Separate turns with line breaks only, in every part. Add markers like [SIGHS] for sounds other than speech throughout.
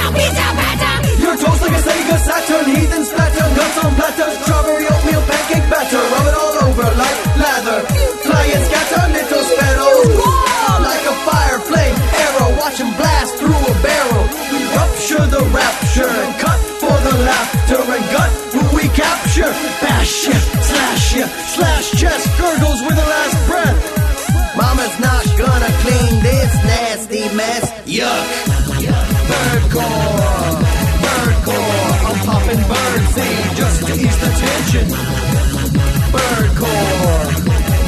Your toast like a Sega Saturn, heathen splatter, nuts on platter, strawberry oatmeal pancake batter, rub it all over like lather. Fly and scatter, little sparrows, like a fire flame arrow, watch 'em blast through a barrel. We rupture the rapture and cut for the laughter and gut who we capture. Bash ya, slash ya, slash chest gurgles with the last breath. Mama's not gonna clean this nasty mess. Yuck. Birdcore. Birdcore. I'm popping birdseed just to ease the tension. Birdcore.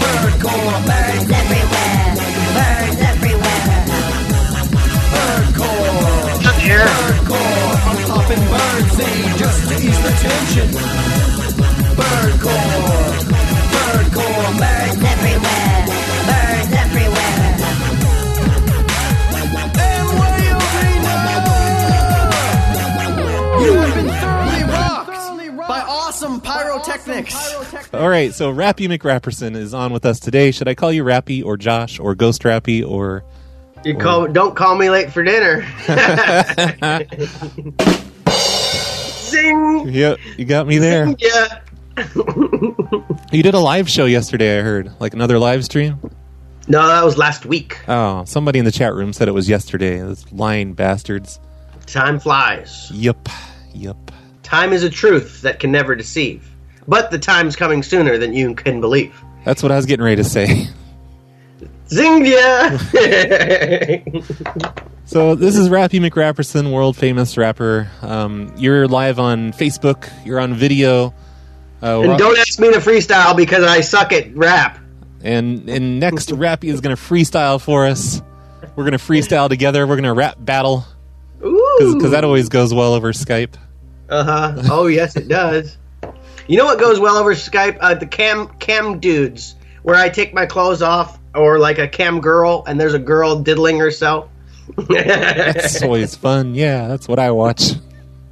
Birdcore. Birds everywhere. Birds everywhere. Birdcore. Birdcore. I'm popping birdseed just to ease the tension. Birdcore. Birdcore. Birds everywhere. Birds everywhere. And William Greenwood! You have been thoroughly rocked by awesome pyrotechnics.
All right, so Rappy McRapperson is on with us today. Should I call you Rappy or Josh or Ghost Rappy or
You call, don't call me late for
[LAUGHS]
dinner. Zing!
Yep, you got me there.
Yeah.
You did a live show yesterday, I heard. Like another live stream?
No, that was last week.
Oh, somebody in the chat room said it was yesterday. Those lying bastards.
Time flies.
Yep. Yep.
Time is a truth that can never deceive. But the time's coming sooner than you can believe.
That's what I was getting ready to say.
Zing!
[LAUGHS]
Yeah.
So this is Rappy McRapperson, world famous rapper. Um, you're live on Facebook. You're on video. Uh, we're
and
on-
don't ask me to freestyle because I suck at rap.
and and next Rappy is gonna freestyle for us. We're gonna freestyle together. We're gonna rap battle
Ooh.
because that always goes well over Skype.
Uh huh.
[LAUGHS]
Oh yes, it does. You know what goes well over Skype? Uh, the cam cam dudes, where I take my clothes off, or like a cam girl, and there's a girl diddling herself. [LAUGHS]
It's always fun. Yeah, that's what I watch.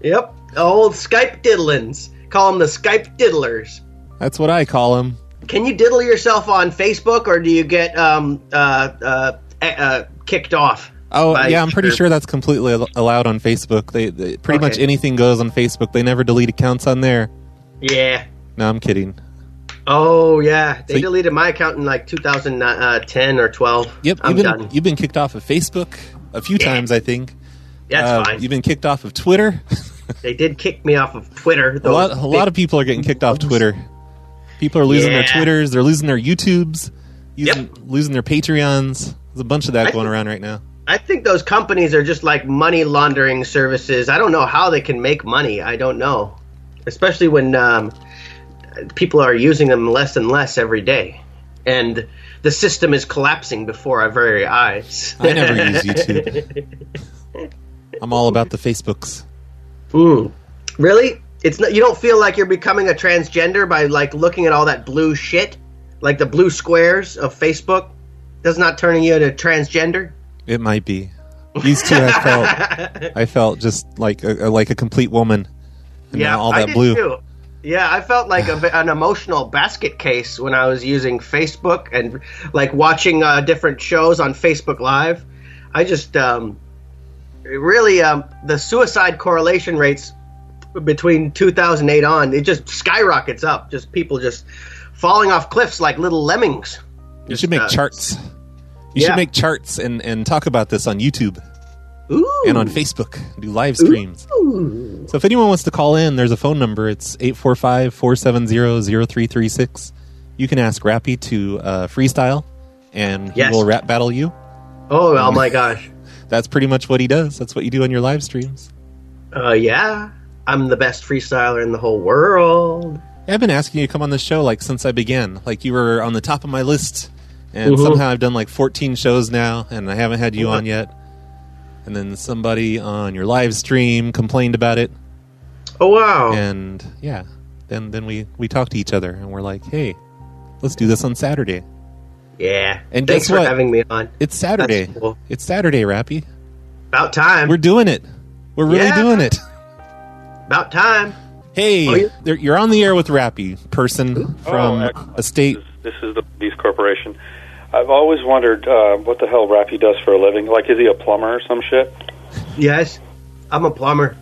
Yep, the old Skype diddlins. Call them the Skype diddlers.
That's what I call them.
Can you diddle yourself on Facebook, or do you get um uh uh, eh, uh kicked off?
Oh
by
yeah, I'm pretty
your-
sure that's completely al- allowed on Facebook. They, they pretty
Okay.
much anything goes on Facebook. They never delete accounts on there.
Yeah.
No, I'm kidding.
Oh yeah, they
So-
deleted my account in like 2010 or 12.
Yep,
I'm
you've been
done.
you've been kicked off of Facebook a few times, I think.
That's
Uh,
fine.
You've been kicked off of Twitter.
They did kick me off of Twitter.
a
those
lot a lot of people are getting kicked off Twitter. People are losing their
Yeah.
Twitters. They're losing their YouTubes. Using,
Yep.
Losing their Patreons. There's a bunch of that
I
going
think-
around right now.
I think those companies are just like money laundering services. I don't know how they can make money. I don't know, especially when um, people are using them less and less every day, and the system is collapsing before our very eyes.
I never use YouTube. I'm all about the Facebooks.
Mm. [LAUGHS] Really? It's not. You don't feel like you're becoming a transgender by like looking at all that blue shit, like the blue squares of Facebook. That's not turning you into transgender.
It might be. These two, I felt, I felt just like a, like a complete woman. And now all
I
that
did
blue.
Too. Yeah, I felt like a, bit- an emotional basket case when I was using Facebook and like watching uh, different shows on Facebook Live. I just um, really um, the suicide correlation rates between 2008 on it just skyrockets up. Just people just falling off cliffs like little lemmings.
You should make
uh,
charts. You
yeah.
should make charts and, and talk about this on YouTube
Ooh,
and on Facebook. Do live streams. So if anyone wants to call in, there's a phone number. It's 845-470-0336. You can ask Rappy to uh, freestyle and
Yes.
he will rap battle you.
oh,
[LAUGHS]
oh my gosh,
That's pretty much what he does. That's what you do on your live streams.
uh, yeah, I'm the best freestyler in the whole world.
I've been asking you to come on this show like since I began. Like you were on the top of my list and
Mhm.
somehow I've done like 14 shows now and I haven't had you on yet. And then somebody on your live stream complained about it.
Oh wow,
and yeah then then we we talk to each other and we're like hey let's do this on saturday
yeah.
And
thanks
guess
for
what?
having me on.
it's saturday
That's cool.
it's saturday rappy
About time.
we're doing it we're really
Yeah.
doing it
About time.
hey
Oh, yeah.
there- you're on the air with rappy person from
Oh, excellent.
a state
This is the Beast Corporation. I've always wondered uh, what the hell Rappy does for a living. Like, is he a plumber or some shit?
Yes, I'm a plumber.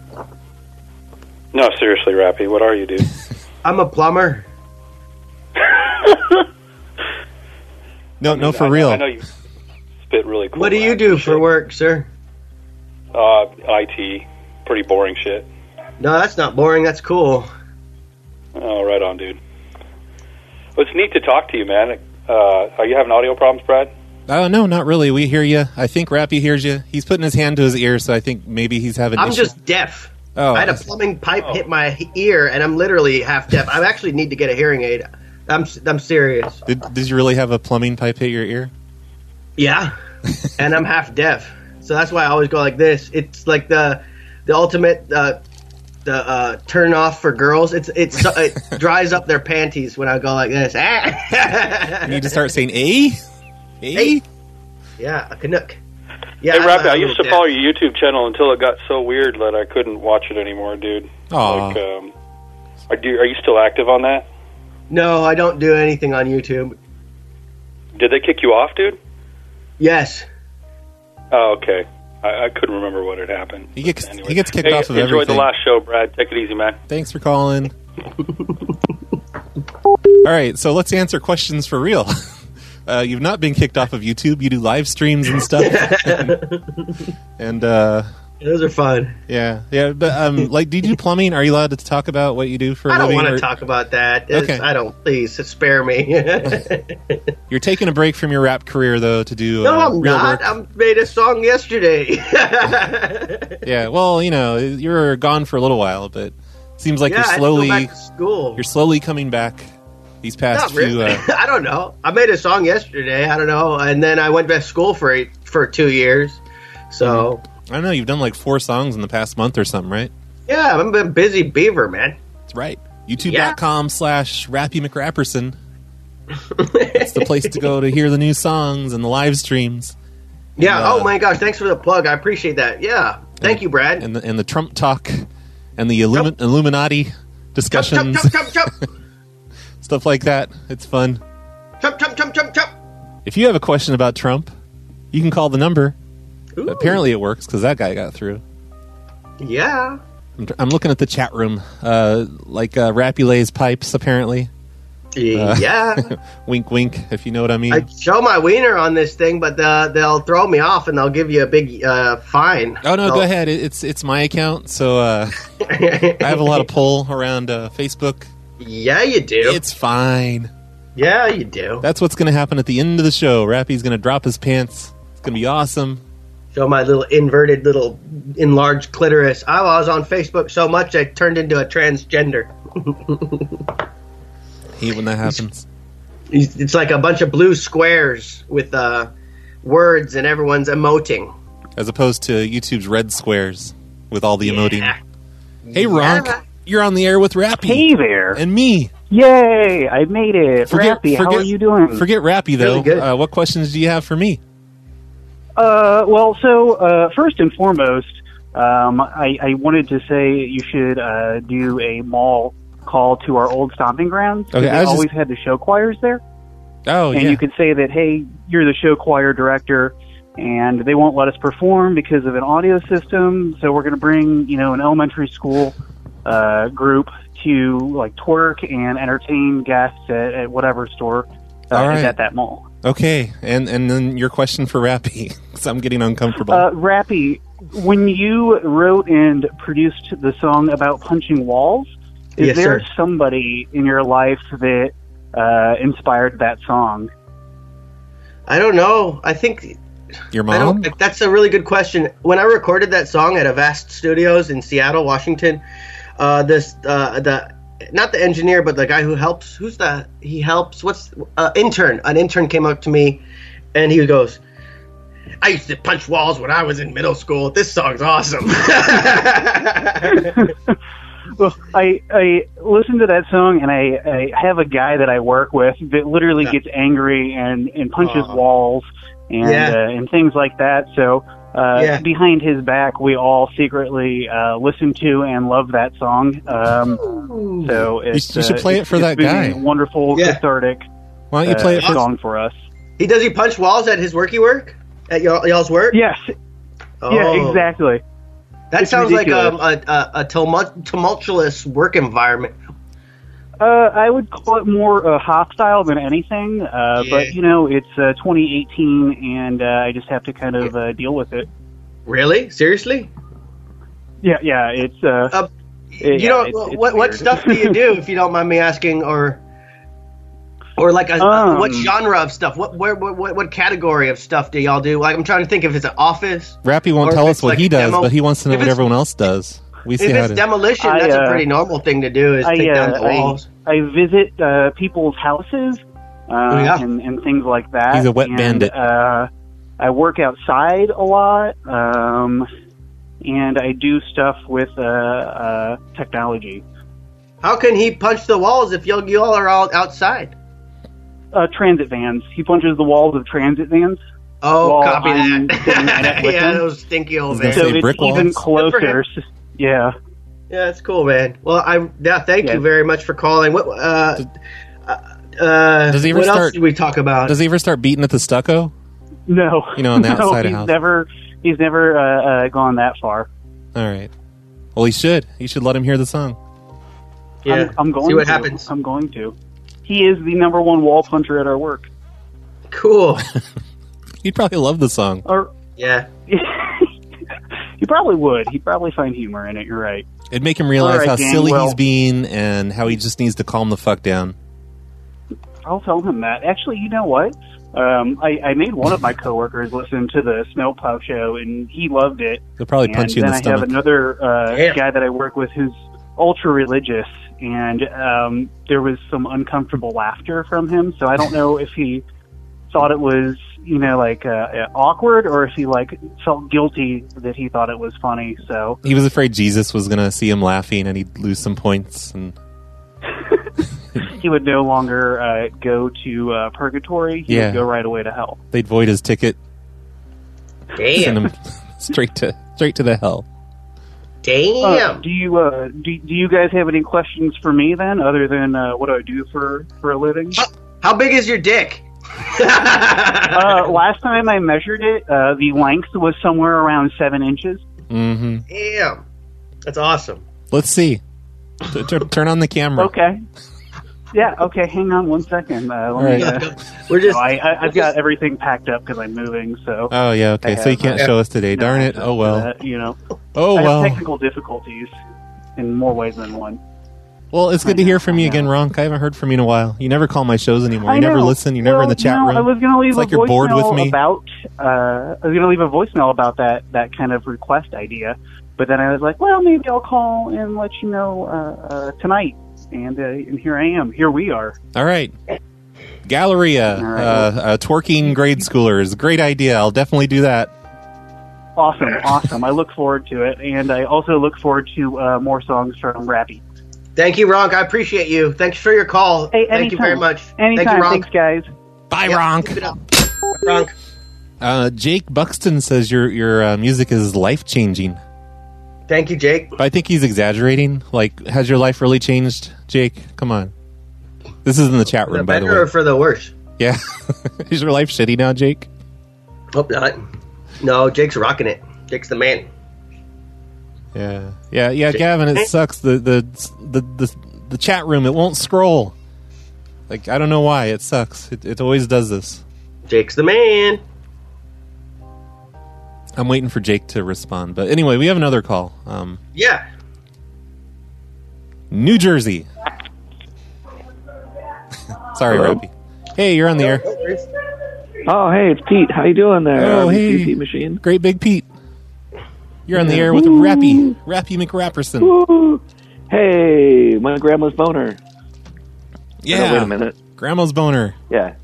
No, seriously, Rappy, what are you, dude?
I'm a plumber.
[LAUGHS] No, [LAUGHS] no, for
I-
real.
I know you spit really cool.
What do you
rap
do
and
for
shit.
work, sir?
Uh, IT. Pretty boring shit.
No, that's not boring. That's cool.
Oh, right on, dude. Well, it's neat to talk to you, man. Uh, are you having audio problems, Brad?
Oh no, not really. We hear you. I think Rappy hears you. He's putting his hand to his ear, so I think maybe he's having.
I'm
issues.
just deaf.
Oh,
I had a
I see.
plumbing pipe hit
Oh.
my he- ear, and I'm literally half deaf. I actually need to get a hearing aid. I'm s- I'm serious.
Did, did you really have a plumbing pipe hit your ear?
Yeah, and I'm half deaf, so that's why I always go like this. It's like the the ultimate uh, the uh, turn off for girls. It's it's it
[LAUGHS]
dries up their panties when I go like this. [LAUGHS]
You
yeah,
need to start saying "Eh?" "a, a."
Hey. a canuck. Yeah,
Hey,
I'm-
Rappy, I
I'm
used to
deaf.
follow your YouTube channel until it got so weird that I couldn't watch it anymore, dude.
Aw.
Like, um, are, do, are you still active on that?
No, I don't do anything on YouTube.
Did they kick you off, dude?
Yes.
Oh, okay. I, I couldn't remember what had happened.
He gets
Anyway.
he gets kicked
Hey,
off of
enjoy
everything.
the last show, Brad. Take it easy, man.
Thanks
[LAUGHS]
for calling. All right, so let's answer questions for real. [LAUGHS] Uh, you've not been kicked off of YouTube. You do live streams
[LAUGHS]
and stuff, and uh,
Those are fun.
yeah, yeah. But um, like, do you do plumbing? Are you allowed to talk about what you do for a
I don't
living?
want
or-
to talk about that. It's-
Okay. uh,
I don't. Please spare
[LAUGHS]
me. [LAUGHS]
You're taking a break from your rap career though to do.
no,
uh,
I'm
real
not.
work.
I made a song yesterday.
Yeah, well, you know, you were gone for a little while, but it seems
[LAUGHS]
like
yeah,
you're
I had to go
slowly
back to school.
you're slowly coming back. These past
not really.
few, uh,
[LAUGHS] I don't know. I made a song yesterday. I don't know, and then I went back to school for eight, for two years. So
I don't know, you've done like four songs in the past month or something, right?
yeah, I've been busy, Beaver man.
That's right. YouTube.com slash
[LAUGHS]
Rappy McRapperson. That's the place to go to hear the new songs and the live streams
Yeah.
Yeah.
oh my gosh, thanks for the plug. I appreciate that. Yeah. Thank you, Brad.
and the, and the Trump talk and the Illumi- Illuminati
Chop, chop,
discussions,
chop, chop, chop,
[LAUGHS] stuff like that. It's fun.
chop, chop, chop, chop, chop.
If you have a question about Trump, you can call the number.
Ooh,
Apparently, it works because that guy got through.
yeah.
I'm, tr- I'm looking at the chat room, uh, like uh, Rappy lays pipes. Apparently, Uh,
yeah.
[LAUGHS] wink, wink. If you know what I mean.
I show my wiener on this thing, but uh, they'll throw me off and they'll give you a big uh, fine.
oh no,
So-
go ahead. It, it's it's my account, so uh, I have a lot of pull around uh, Facebook.
yeah, you do.
It's fine.
yeah, you do.
That's what's going to happen at the end of the show. Rappy's going to drop his pants. It's going to be awesome.
Show my little inverted, little enlarged clitoris. Oh, I was on Facebook so much I turned into a transgender. [LAUGHS]
Hate when that happens.
It's it's like a bunch of blue squares with uh, words, and everyone's emoting.
As opposed to YouTube's red squares with all the emoting.
Yeah.
Hey, Ronk,
Yeah.
you're on the air with Rappy
Hey there!
and me.
Yay! I made it. Rappy, how are you doing?
Forget Rappy
Really
though.
good.
uh, what questions do you have for me?
Uh, well, so uh, first and foremost, um, I, I wanted to say you should uh, do a mall call to our old stomping grounds. 'cause
Okay, I
they
was just-
always had the show choirs there,
Oh
and
yeah.
you could say that, hey, you're the show choir director, and they won't let us perform because of an audio system. So we're going to bring you know an elementary school uh, group to like twerk and entertain guests at, at whatever store uh,
All
is
right.
at that mall.
Okay, and and then your question for Rappy, [LAUGHS] because I'm getting uncomfortable.
Uh, Rappy, when you wrote and produced the song about punching walls, is
Yes,
there
sir.
somebody in your life that uh, inspired that song?
I don't know. I think
your
I
mom?
don't. That's a really good question. When I recorded that song at Avast Studios in Seattle, Washington, uh, this uh, the not the engineer, but the guy who helps. Who's the he helps? What's uh, intern? An intern came up to me, and he goes, "I used to punch walls when I was in middle school. This song's awesome." [LAUGHS]
Well, I, I listened to that song, and I, I have a guy that I work with that literally
Yeah.
gets angry and, and punches
Aw.
walls and
Yeah.
uh, and things like that. So uh,
Yeah.
behind his back, we all secretly uh, listen to and love that song. Um, so it's,
you should
uh,
play it
it's-
for
it's
that
been
guy.
a Wonderful,
Yeah.
cathartic
Why don't you
uh,
play it for
song for us.
He does he punch walls at his work? You work at y'all, y'all's work?
Yes. Yeah,
Oh.
exactly.
That
It's
sounds
ridiculous.
like um, a, a, a tumult, tumultuous work environment.
Uh, I would call it more uh, hostile than anything, uh,
Yeah.
but you know it's uh, 2018, and uh, I just have to kind of uh, deal with it.
Really? Seriously?
Yeah, yeah, it's uh,
Uh,
Yeah,
you don't.
it's- it's
what, what
weird.
stuff do you do if you
[LAUGHS]
don't mind me asking, or or like a,
Um.
what genre [LAUGHS] of stuff? What, where, what what what category of stuff do y'all do? Like I'm trying to think if it's an office.
Rappy won't
Or if
tell
it's
us what
like
he
a
does,
demo-
but he wants to know
if
what
it's-
everyone else does. We see
If
how
it's
it is.
demolition,
I,
that's
uh,
a pretty normal thing to do. Is
I,
take down
uh,
the walls.
I visit uh, people's houses uh,
yeah.
and, and things like that.
Oh, He's a wet
and,
bandit.
Uh, I work outside a lot, um, and I do stuff with uh, uh, technology.
How can he punch the walls if y'all y'all are all outside?
Uh, transit vans. He punches the walls of transit vans.
Oh,
Well,
copy
I'm doing
that.
that with
[LAUGHS] yeah,
him.
those stinky old
I was
vans.
gonna
So
say
it's
brick
even
walls?
Good for
closer.
him.
Yeah.
Yeah, that's cool, man. Well, I yeah, thank
Yeah.
you very much for calling. What uh, uh,
Does he ever
what else
start-
did we talk about?
Does he ever start beating at the stucco?
No.
You know, on
[LAUGHS]
the
no,
outside of
he's
house.
never. He's never uh, uh, gone that far.
All right. Well, he should. He should let him hear the song.
yeah.
I'm, I'm going
See what
to.
happens.
I'm going to. He is the number one wall puncher at our work.
Cool.
He'd probably love the song.
Or
Yeah.
[LAUGHS] he probably would. He'd probably find humor in it. You're right.
It'd make him realize
All right,
how
gang,
silly
well-
he's being and how he just needs to calm the fuck down.
I'll tell him that. Actually, you know what? Um, I, I made one of
[LAUGHS]
my coworkers listen to the Snowplow show, and he loved it.
He'll probably
and
punch you in
then
the
I
stomach.
have another uh,
Damn.
guy that I work with who's ultra religious, and um, there was some uncomfortable laughter from him. So I don't know if he thought it was you know like uh, uh, awkward or if he like felt guilty that he thought it was funny. So
He was afraid Jesus was going to see him laughing and he'd lose some points. And
he would no longer uh, go to uh, purgatory. He
Yeah.
would go right away to hell.
they'd void his ticket, send
Damn.
him [LAUGHS] straight to straight to the hell.
Uh,
Damn.
do you uh, do, do you guys have any questions for me then, other than uh, what do I do for for a living?
How big is your dick?
[LAUGHS] Uh, last time I measured it, uh, the length was somewhere around seven inches.
hmm
Damn. That's awesome.
Let's see. T- t- turn on the camera.
Okay. Yeah. Okay. Hang on one second. Uh, let me,
All right.
uh,
We're just.
no, I, I, I've got everything packed up because I'm moving. So.
Oh yeah. Okay. So you can't
Yeah.
show us today. Darn it. Oh well.
Uh, you know.
Oh
I have
well.
technical difficulties in more ways than one.
Well, it's good to hear from you
I
again, Ronk. I haven't heard from you in a while. You never call my shows anymore.
I
You never
know.
listen. You're never in
Well,
the chat
no, I
room.
was gonna leave
It's
a
like you're bored with
voicemail
me.
about. Uh, I was gonna leave a voicemail about that that kind of request idea, but then I was like, well, maybe I'll call and let you know uh, uh, tonight. And uh, and here I am. Here we are.
All right. Galleria,
All right.
uh, uh, twerking grade schoolers. Great idea. I'll definitely do that.
[LAUGHS]
Awesome, awesome. I look forward to it, and I also look forward to uh, more songs from Rappy.
Thank you, Ronk. I appreciate you. Thanks for your call.
Hey,
Thank you
anytime.
very much.
Anytime,
Thank you, Ronk.
thanks, guys.
Bye,
Yep, keep
Ronk.
it up. Ronk.
Uh, Jake Buxton says your your uh, music is life changing.
Thank you, Jake.
But I think he's exaggerating. Like, has your life really changed, Jake? Come on. This is in the chat
The
room, by the
better or
way.
for the worse?
Yeah. [LAUGHS] is your life shitty now, Jake?
Hope not. No, Jake's rocking it. Jake's the man.
Yeah, yeah, yeah, Gavin. It sucks. The, the the the the chat room. It won't scroll. Like I don't know why. It sucks. It, it always does this.
Jake's the man.
I'm waiting for Jake to respond. But anyway, we have another call. Um,
Yeah.
New Jersey. [LAUGHS] Sorry,
Hello?
Robbie. Hey, you're on the air.
Oh, hey, it's Pete. How you doing there?
Oh,
um,
hey.
PC machine.
Great Big Pete. You're on the air with Rappy, Rappy McRapperson.
Woo. Hey, my grandma's boner. [LAUGHS]
Yeah.
No, Oh, wait a minute.
Grandma's boner.
Yeah.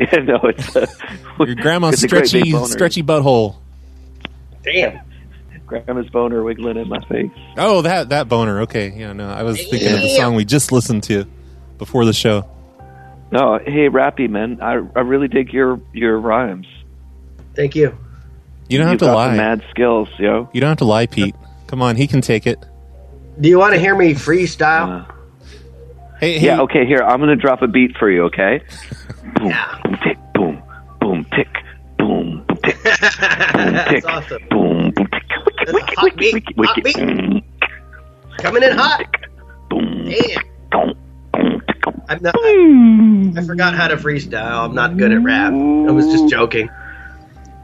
Yeah, no, it's uh,
Your
[LAUGHS]
grandma's
it's a great big
stretchy,
boner.
stretchy butthole.
Damn.
grandma's boner wiggling in my face.
Oh, that that boner. Okay, yeah, no, I was thinking of the
Yeah.
song we just listened to before the show.
No, hey, Rappy man, I I really dig your your rhymes.
Thank you.
You
You've
don't have to
got some
lie.
mad skills, yo.
You don't have to lie, Pete. Come on, he can take it.
Do you want to hear me freestyle?
Uh,
Hey, hey,
yeah. Okay, here I'm gonna drop a beat for you. Okay. boom, boom, tick, boom,
That's
tick,
awesome.
boom, boom, tick, wick,
That's
wick,
a hot
wick,
beat,
wick,
hot
wick,
beat.
mm,
Coming in hot.
boom,
Damn.
donk, donk, tick, donk.
I'm not, I, I forgot how to freestyle. I'm not good at rap. I was just joking.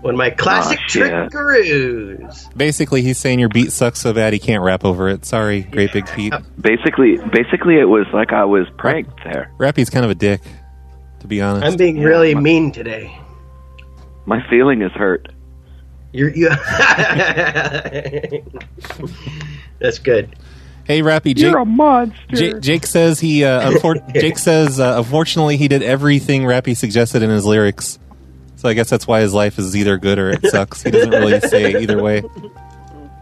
One of my classic
Ah, shit.
trickaroos.
Basically, he's saying your beat sucks so bad he can't rap over it. Sorry, Great Big Pete.
[LAUGHS] Basically, basically, it was like I was pranked there.
Rappy's kind of a dick, to be honest.
I'm being
Yeah,
really
my-
mean today.
My feeling is hurt.
You're,
[LAUGHS]
you. [LAUGHS] That's good.
hey, Rappy, Jake,
monster.
Jake, Jake says he. Uh,
[LAUGHS]
unfor- Jake says uh, unfortunately he did everything Rappy suggested in his lyrics. So I guess that's why his life is either good
[LAUGHS]
or it sucks. He doesn't really say either way.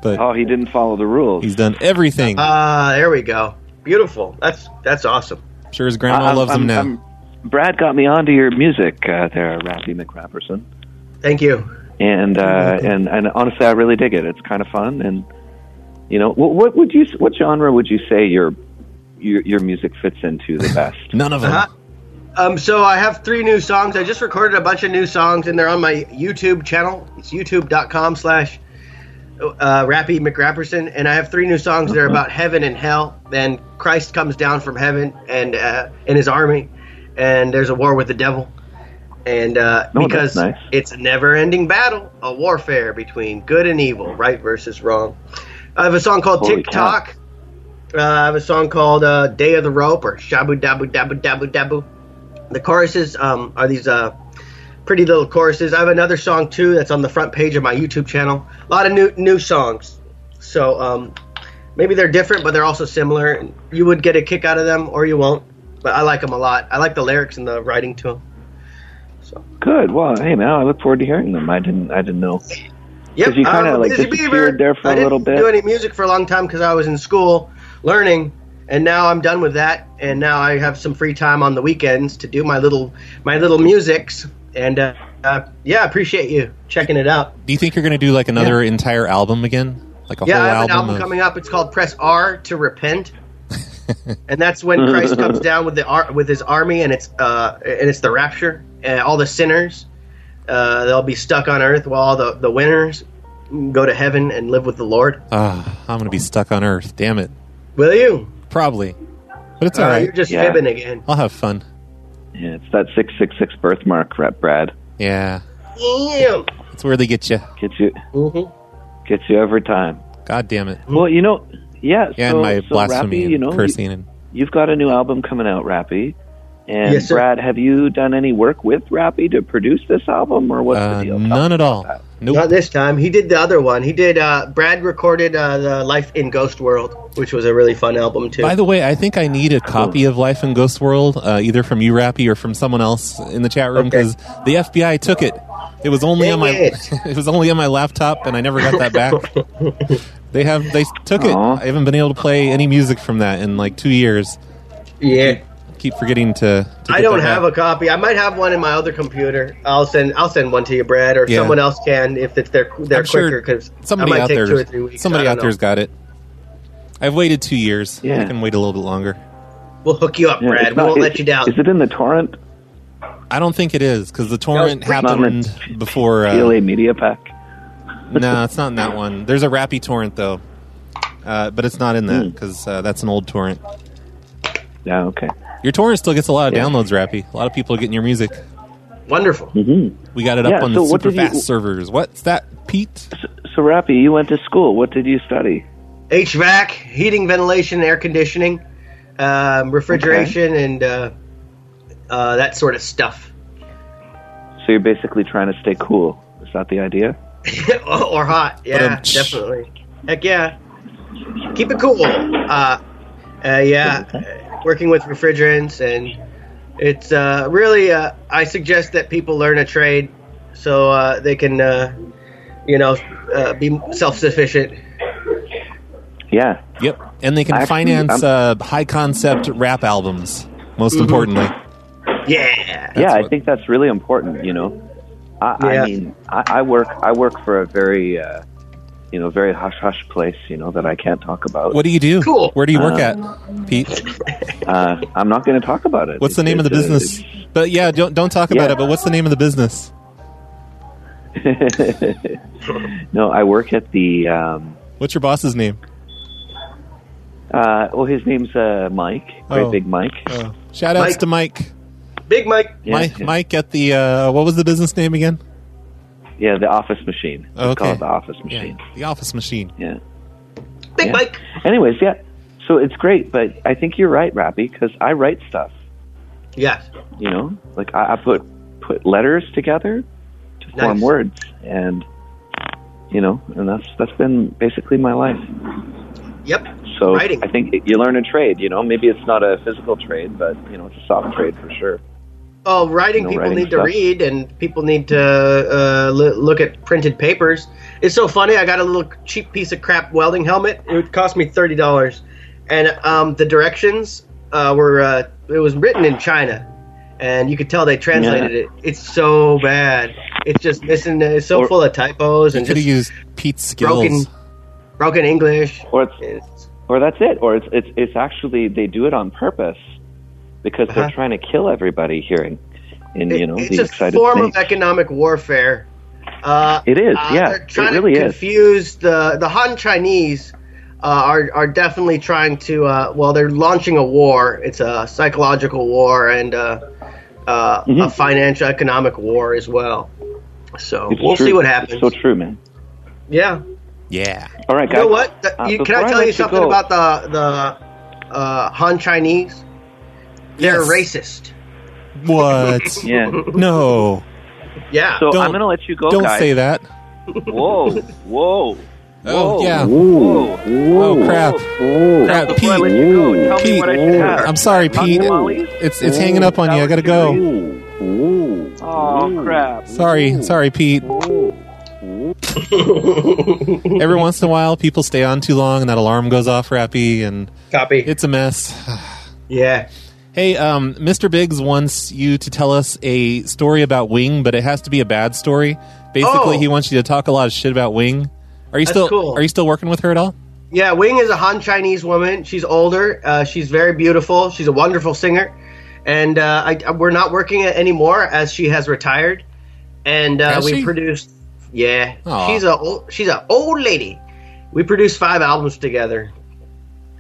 But
oh, he didn't follow the rules.
he's done everything.
Ah, there we go. Beautiful. That's that's awesome.
Sure, his grandma
I- I'm-
loves him
I'm-
now.
I'm- Brad got me onto your music uh, there, Rappy McRapperson,
Thank you.
and uh, and and honestly, I really dig it. It's kind of fun, and you know, what, what would you? What genre would you say your your, your music fits into the
[LAUGHS]
best?
None of them.
Uh-huh. Um, so I have three new songs. I just recorded a bunch of new songs, and they're on my YouTube channel. It's youtube.com slash uh, Rappy McRapperson. And I have three new songs that are about heaven and hell. And Christ comes down from heaven and uh, in his army, and there's a war with the devil. And uh,
Oh, that's
because
nice.
it's a never-ending battle, a warfare between good and evil, right versus wrong. I have a song called
Holy
TikTok. Uh, I have a song called uh, "Day of the Rope" or "Shabu Dabu Dabu Dabu Dabu." The choruses um, are these uh, pretty little choruses. I have another song too that's on the front page of my YouTube channel. A lot of new new songs, so um, maybe they're different, but they're also similar. and You would get a kick out of them, or you won't. But I like them a lot. I like the lyrics and the writing to them.
Good. Well, hey man, I look forward to hearing them. I didn't I didn't know.
Yep,
'Cause you
I was
kinda,
a
like,
busy
disappeared there for
I
a little bit.
didn't do any music for a long time because I was in school learning, and now I'm done with that. And now I have some free time on the weekends to do my little my little musics. And uh, uh, yeah, I appreciate you checking it out.
Do you think you're going to do like another entire album again? Like a
Yeah, I
whole
have an
album?
album
of-
coming up. It's called Press R to
[LAUGHS]
Repent, and that's when Christ comes down with the ar- with his army, and it's uh, and it's the rapture. And all the sinners, uh, they'll be stuck on earth, while all the the winners go to heaven and live with the Lord.
Ah, I'm going to be stuck on Earth. Damn it.
Will you?
Probably. But it's all
Uh,
right.
You're just
Yeah.
fibbing again.
I'll have fun.
Yeah, it's that six six six birthmark, Rep Brad.
Yeah.
Damn.
That's where they get you.
Gets you
Mhm.
gets you every time.
God damn it.
Well, you know, yeah.
[LAUGHS] Yeah,
so,
and my
so
blasphemy
Rappy,
and
you know,
cursing. and
You've got a new album coming out, Rappy. And
Yes, sir.
Brad, have you done any work with Rappy to produce this album, or what's
uh,
the deal?
None at all.
that.
Nope.
Not this time. He did the other one. He did. Uh, Brad recorded uh, the Life in Ghost World, which was a really fun album too.
By the way, I think I need a copy of Life in Ghost World, uh, either from you, Rappy, or from someone else in the chat room,
Okay.
because the FBI took it. It was only on
Dang
my
it.
[LAUGHS] it was only on my laptop, and I never got
[LAUGHS]
that [LAUGHS] back. they have they took it.
Aw.
I haven't been able to play any music from that in like two years.
yeah.
Keep forgetting to. to
I
get
don't
that
have
back.
a copy. I might have one in my other computer. I'll send. I'll send one to you, Brad, or
Yeah.
someone else can if it's they're they're
I'm sure
quicker because
Somebody
I might
out
take
there,
two or three weeks.
somebody
I
out
don't
there's got it. I've waited two years. I
Yeah.
can wait a little bit longer.
know. We'll hook you up,
Yeah,
Brad.
it's not-
we won't
is-
let you down.
Is it in the torrent?
I don't think it is because the torrent
not
happened
meant-
before. Uh,
PLA Media Pack.
[LAUGHS] no, it's not in that one. There's a Rappy torrent though, uh, but it's not in that because uh, that's an old torrent.
Hmm. Yeah, okay.
Your torrent still gets a lot of
Yeah.
downloads, Rappy. A lot of people are getting your music.
Wonderful.
We got it up
Yeah,
on
so
the
what
super
did you-
fast servers. What's that, Pete?
So, Rappy, you went to school. What did you study?
HVAC, heating, ventilation, air conditioning, um, refrigeration, and uh, uh, that sort of stuff,
So, you're basically trying to stay cool. Is that the idea?
or, [LAUGHS] or hot. Yeah,
Ba-dum-tsh.
definitely. Heck yeah. Keep it cool. Uh, uh, yeah, uh, working with refrigerants, and it's uh, really. Uh, I suggest that people learn a trade so uh, they can, uh, you know, uh, be self-sufficient.
Yeah.
Yep. And they can
Actually,
finance uh, high concept rap albums. Most
Mm-hmm.
importantly,
Yeah.
yeah, I
what-
think that's really important. You know, I,
Yeah.
I mean, I, I work I work for a very uh, you know very hush hush place. You know that I can't talk about.
what do you do?
Cool.
Where do you work
Uh,
at, Pete?
[LAUGHS] Uh, I'm not going to talk about it.
What's the name of the
It's, uh,
business? But yeah, don't don't talk about
Yeah. [LAUGHS]
it. But what's the name of the business?
no, I work at the. Um,
What's your boss's name?
uh, well, his name's uh, Mike. Great
Oh.
big Mike.
Oh. Shout outs
Mike.
to Mike.
Big Mike.
Yeah,
Mike,
yeah.
Mike at the uh, what was the business name again?
Yeah, the office machine. It's
Oh, Okay.
called the office
Yeah,
machine.
the office machine.
Yeah.
Big
Yeah.
Mike.
Anyways, yeah. So it's great, but I think you're right, Rappy, because I write stuff.
Yes.
You know, like I, I put put letters together to form
Nice.
words, and you know, and that's that's been basically my life.
Yep.
So
Writing.
I think it, you learn a trade. You know, maybe it's not a physical trade, but you know, it's a soft trade for sure.
Oh,
You
writing
know,
people
writing
need to
stuff.
read, and people need to uh, lo- look at printed papers. It's so funny. I got a little cheap piece of crap welding helmet. It would cost me thirty dollars, and um, the directions uh, were uh, it was written in China, and you could tell they translated
Yeah.
it. It's so bad. It's just missing. It's so
Or-
full of typos
You
and
could have
just
used Pete's
broken,
skills.
broken English.
Or it's
It's,
or that's it. Or it's it's it's actually they do it on purpose because
Uh-huh.
they're trying to kill everybody here in, in you know
it's
the
a
United
form
States.
of economic warfare. Uh,
It is,
uh,
yeah.
they're
It
trying
really
to
is.
confuse the the Han Chinese. Uh, are are definitely trying to. Uh, well, they're launching a war. It's a psychological war and uh, uh, a
Mhm.
financial economic war as well. So
It's
we'll
true.
see what happens.
It's so true, man.
yeah.
Yeah.
All right,
You
guys.
know what? The-
Uh,
you, can
before
I tell
let
you something
go-
about the the uh, Han Chinese? They're racist.
What?
[LAUGHS] Yeah.
no.
Yeah.
So
Don't-
I'm gonna let you go,
Don't
guys.
say that.
Whoa, whoa, whoa.
Oh, yeah.
Whoa.
Oh, crap. Crap,
Before I
Pete.
let you go, tell me
Pete,
what I should have.
I'm sorry,
Hot
Pete.
tamales?
It's it's hanging up on you. I gotta go.
Oh
[LAUGHS]
crap.
Sorry, sorry, Pete. Every once in a while, people stay on too long, and that alarm goes off, Rappy, and
Copy.
it's a mess. [SIGHS]
yeah.
Hey, um, Mr. Biggs wants you to tell us a story about Wing, but it has to be a bad story. Basically,
Oh.
he wants you to talk a lot of shit about Wing. Are you
That's
still
cool.
Are you still working with her at all?
Yeah, Wing is a Han Chinese woman. She's older. Uh, she's very beautiful. She's a wonderful singer, and uh, I, I- we're not working it anymore as she has retired. And uh,
Has
we
she?
produced. Yeah,
Aw.
she's a old, she's an old lady. We produced five albums together,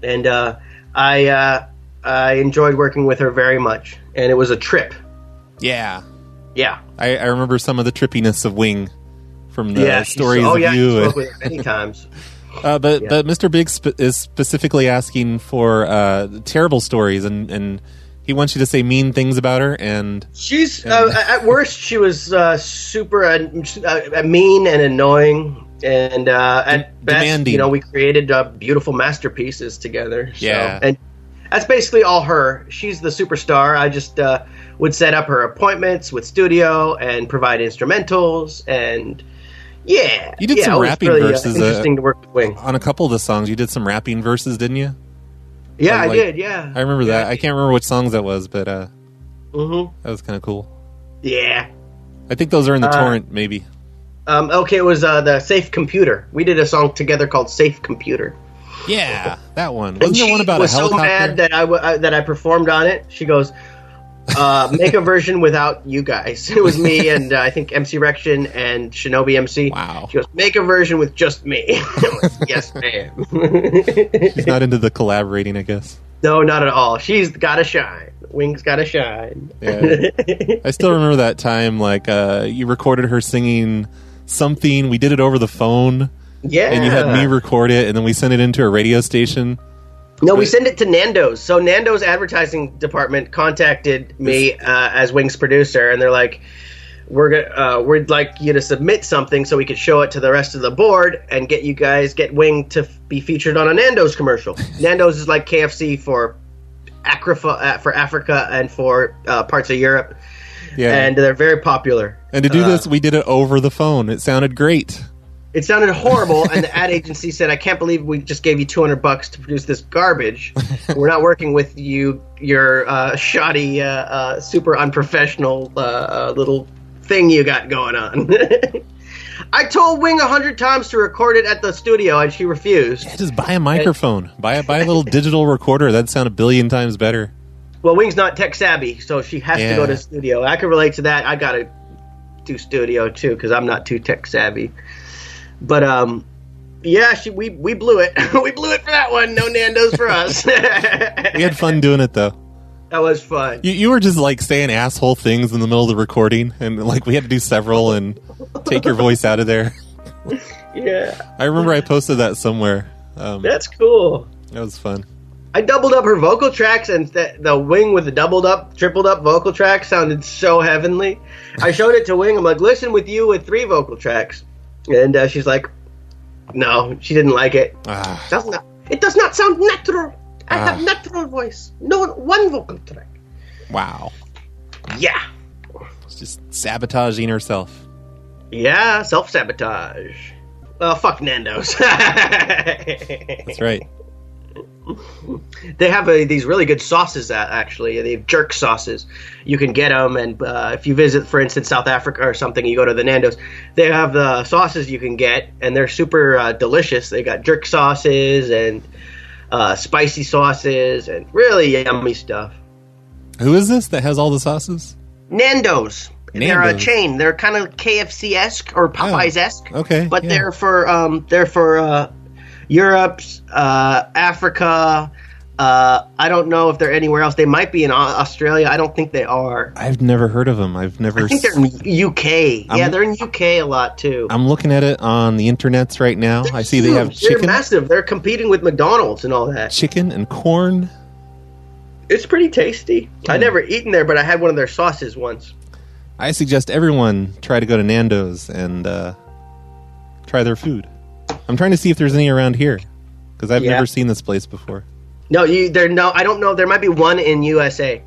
and uh, I uh, I enjoyed working with her very much, and it was a trip.
Yeah,
Yeah,
I, I remember some of the trippiness of Wing from the
yeah. she's-
stories
oh
of
yeah,
you.
I
and-
spoke with her many times.
Uh, but
Yeah.
but Mr. Big sp- is specifically asking for uh, terrible stories, and and he wants you to say mean things about her. And
She's uh, at worst. She was uh, super uh, uh, mean and annoying, and uh, at best,
demanding.
you know, we created uh, beautiful masterpieces together. So.
Yeah.
and that's basically all her. She's the superstar. I just uh, would set up her appointments with studio and provide instrumentals, and yeah,
You did
yeah,
some
it was
rapping
really, uh,
verses, uh,
interesting to work with Wing.
on a couple of the songs, you did some rapping verses, didn't you?
Yeah,
like-
I did. Yeah,
I remember that. I can't remember which songs that was, but uh,
hmm
that was kind of cool.
Yeah.
I think those are in the
Uh, [LAUGHS]
torrent, maybe.
Um, okay, it was uh, the Safe Computer. We did a song together called Safe Computer.
Yeah, that one.
And
Wasn't there
she
one about a
was so mad
helicopter?
that I, w- I that I performed on it. She goes, uh, "Make a version without you guys." [LAUGHS] It was me and uh, I think MC Rection and Shinobi MC.
Wow.
She goes, "Make a version with just me." [LAUGHS] I'm like, yes, ma'am.
She's not into the collaborating, I guess.
no, not at all. She's gotta shine. Wings gotta shine.
Yeah. I still remember that time. Like uh, you recorded her singing something. We did it over the phone,
[LAUGHS] Yeah.
and you had me record it, and then we sent it into a radio station.
No, we send it to Nando's. So Nando's advertising department contacted me uh, as Wings producer, and they're like, "We're gonna, uh, we'd like you to submit something so we could show it to the rest of the board and get you guys get Wing to f- be featured on a Nando's commercial. Nando's is like KFC for Africa, uh, for Africa, and for uh, parts of Europe,
Yeah,
and they're very popular.
And to do
Uh,
this, we did it over the phone. It sounded great.
It sounded horrible, and the ad agency said, "I can't believe we just gave you two hundred bucks to produce this garbage. We're not working with you, your uh, shoddy, uh, uh, super unprofessional uh, uh, little thing you got going on." [LAUGHS] I told Wing a hundred times to record it at the studio, and she refused.
Yeah, [LAUGHS] Just buy a microphone. Buy a buy a little digital recorder. That'd sound a billion times better.
Well, Wing's not tech savvy, so she has
Yeah.
to go to the studio. I can relate to that. I got a to Studio too because I'm not too tech savvy. But um, yeah, she, we we blew it. [LAUGHS] we blew it for that one. No Nando's for us. [LAUGHS] that
We had fun doing it though.
was fun.
You, you were just like saying asshole things in the middle of the recording, and like we had to do several and take your voice out of there.
Yeah,
I remember I posted that somewhere. Um, that
that's cool.
was fun.
I doubled up her vocal tracks, and th- the wing with the doubled up, tripled up vocal track sounded so heavenly. I showed it to Wing. I'm like, listen with you with three vocal tracks, and uh, she's like, no, she didn't like it.
Ah,
Does not. It does not sound natural. I have
Ah.
natural voice. No one vocal track.
wow,
Yeah,
It's just sabotaging herself.
yeah. Self sabotage. Oh fuck Nando's. [LAUGHS] they
That's right.
have uh these really good sauces. At, actually, they have jerk sauces. You can get them, and uh, if you visit, for instance, South Africa or something, you go to the Nando's. They have the sauces you can get, and they're super uh, delicious. They got jerk sauces and uh, spicy sauces, and really yummy stuff.
Who is this that has all the sauces?
Nando's. They're a
Nando's.
chain. They're kind of KFC esque or Popeyes esque.
Oh, okay,
But
yeah.
they're for um they're for uh Europe, uh Africa. Uh, I don't know if they're anywhere else. They might be in Au- Australia. I don't think they are.
I've never heard of them. I've never.
I think they're
s-
in UK. yeah,
I'm-
they're in UK a lot too.
I'm looking at it on the internets right now. I see they have
Huge. They're
chicken,
massive. They're competing with McDonald's and all that.
chicken and corn. Hmm.
It's pretty tasty. I never eaten there, but I had one of their sauces once.
I suggest everyone try to go to Nando's and uh, try their food. I'm trying to see if there's any around here because I've
Yeah.
never seen this place before.
No, you there no I don't know. There might be one in USA.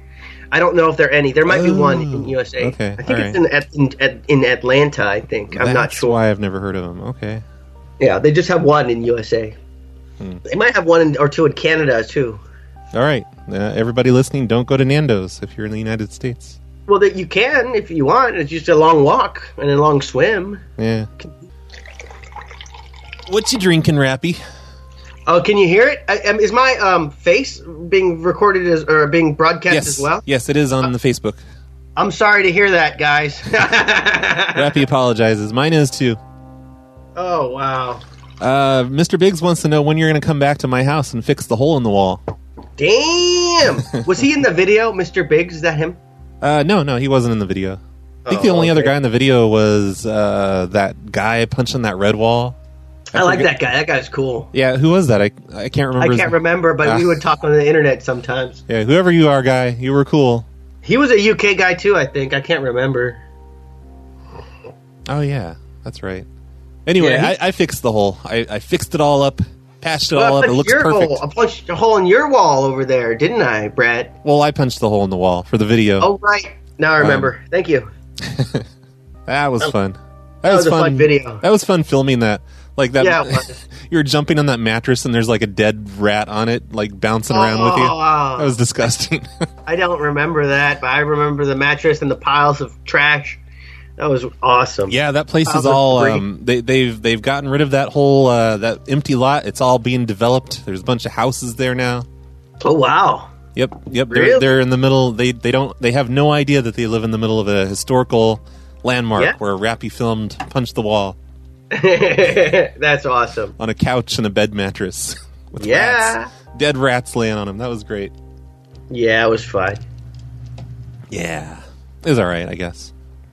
I don't know if there are any. There might be one in
Oh,
USA.
okay,
I think
alright.
it's in, at, in, at, in Atlanta, I think. I'm not
That's
sure.
why I've never heard of them. Okay,
Yeah, they just have one in USA.
Hmm.
They might have one in, or two in Canada too.
all right, uh, everybody listening, don't go to Nando's if you're in the United States.
Well, that you can if you want. It's just a long walk and a long swim.
Yeah. What you drinking, Rappy?
Oh, can you hear it? I, um, is my um, face being recorded as or being broadcast
Yes,
as well?
yes, it is on the
[LAUGHS]
Facebook.
I'm sorry to hear that, guys. [LAUGHS]
Rappy apologizes. Mine is too.
oh wow,
Uh, Mr. Biggs wants to know when you're going to come back to my house and fix the hole in the wall. [LAUGHS]
damn! Was he in the video, Mr. Biggs? Is that him?
Uh, no, no, he wasn't in the video. I think
Oh,
the only other
okay.
guy in the video was uh, that guy punching that red wall.
I, like
forget-
that guy. That guy's cool.
Yeah, who was that? I I can't remember.
I
his
can't
name.
remember, but
Ah.
we would talk on the internet sometimes.
Yeah, whoever you are, guy, you were cool.
He was a UK guy too, I think. I can't remember.
Oh yeah, that's right. Anyway,
Yeah, he-
I, I fixed the hole. I, I fixed it all up, patched it
Well,
all
I
up.
[LAUGHS]
It
punched
looks
your
perfect.
hole. I punched a hole in your wall over there, didn't I, Brad?
Well, I punched the hole in the wall for the video.
Oh right,
Um,
now I remember. Thank you.
that was fun. That,
Oh. was a fun video.
That was fun filming that. Like that.
Yeah,
[LAUGHS]
it was.
you were jumping on that mattress and there's like a dead rat on it, like bouncing around with you.
Oh, wow.
That was
[LAUGHS]
disgusting.
I don't remember that, but I remember the mattress and the piles of trash. That was awesome.
Yeah, that place is
Albert
all
Bree.
um, they, they've they've gotten rid of that whole uh, that empty lot. It's all being developed. There's a bunch of houses there now.
Oh wow.
Yep, yep.
Really?
They're, they're in the middle. They they don't they have no idea that they live in the middle of a historical landmark
Yeah.
where Rappy filmed Punch the Wall
[LAUGHS] That's awesome.
on a couch and a bed mattress [LAUGHS] with
Yeah.
rats, dead rats laying on him. That was great.
Yeah, it was fun.
Yeah, it was all right, I guess.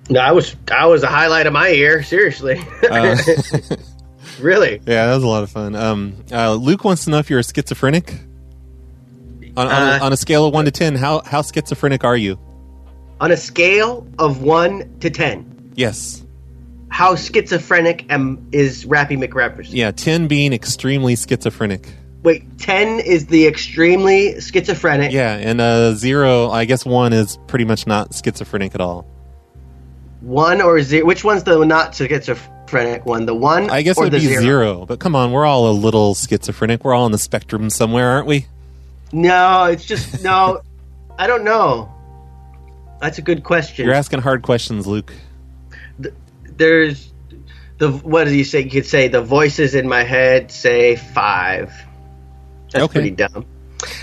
No, I was I was the highlight of my year. Seriously, [LAUGHS]
Uh, [LAUGHS]
really.
yeah, that was a lot of fun. Um, uh, Luke wants to know if you're a schizophrenic. On, on,
Uh,
a, on a scale of one to ten, how how schizophrenic are you?
On a scale of one to ten,
Yes.
how schizophrenic am is Rappy McRappers?
Yeah, 10 being extremely schizophrenic.
Wait, ten is the extremely schizophrenic.
Yeah, and uh, 0, I guess 1 is pretty much not schizophrenic at all.
One or zero? Which one's the not schizophrenic one? The one?
I guess it
or
would
the
be 0. but come on, we're all a little schizophrenic. We're all on the spectrum somewhere, aren't we?
No, it's just no. I don't know. That's a good question.
You're asking hard questions, Luke. [LAUGHS]
There's the what does he say? You could say the voices in my head say five. That's
Okay.
pretty dumb.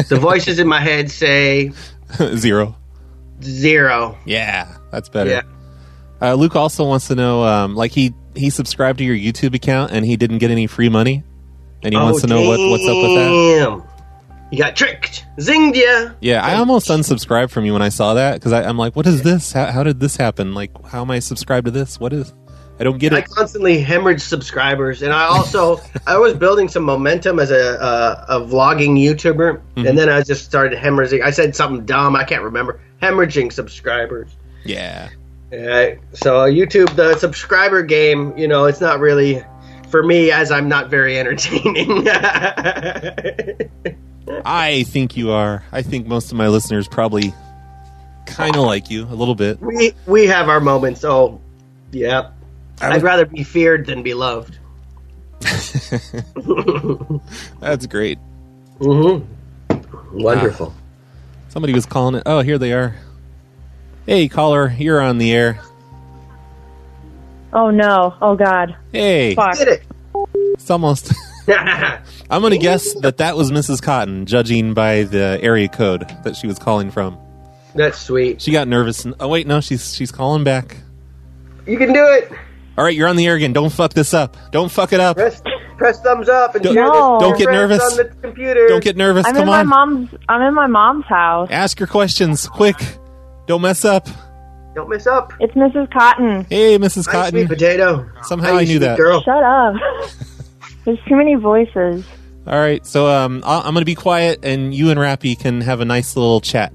The voices in my head say
0.
zero.
Yeah, that's better.
Yeah.
Uh, Luke also wants to know, um, like he he subscribed to your YouTube account and he didn't get any free money, and he wants to know what, what's up with that.
Oh, Damn. You got tricked. Zinged ya.
Yeah, I almost unsubscribed from you when I saw that because I'm like, what is this? How, how did this happen? Like, how am I subscribed to this? What is? I don't get
I
it.
constantly hemorrhage subscribers, and I also I was building some momentum as a uh, a vlogging YouTuber,
Mm-hmm.
and then I just started hemorrhaging. I said something dumb, I can't remember. Hemorrhaging subscribers.
Yeah,
Alright, so YouTube, the subscriber game, you know, it's not really for me as I'm not very entertaining. [LAUGHS]
I think you are. I think most of my listeners probably kind of like you a little bit.
we we have our moments. Oh, yeah.
I
I'd
would-
rather be feared than be
[LAUGHS]
loved. [LAUGHS]
That's great. Ah.
Mm-hmm. Wonderful.
Somebody was calling it. Oh, here they are. Hey, caller, you're on the air.
Oh no! Oh god!
Hey,
Fuck! [LAUGHS]
Did it.
it's almost. I'm going to guess that that was Mrs. Cotton, judging by the area code that she was calling from.
That's sweet.
She got nervous. And, oh wait, no, she's she's calling back.
You can do it.
All right, you're on the air again. Don't fuck this up. Don't fuck it up.
Press press thumbs up and
Don't-
share this
No.
with your
Don't
get
friends
nervous.
on the computer.
Don't get nervous.
I'm
Come
in my
on.
mom's. I'm in my mom's house.
Ask your questions quick. Don't mess up.
Don't mess up.
It's Mrs. Cotton.
Hey, Mrs.
Hi, sweet
Cotton.
potato.
Somehow
Hi,
I
you
knew
sweet
that.
Girl.
Shut up! [LAUGHS] There's too many voices.
All right, so um, I- I'm going to be quiet, and you and Rappy can have a nice little chat.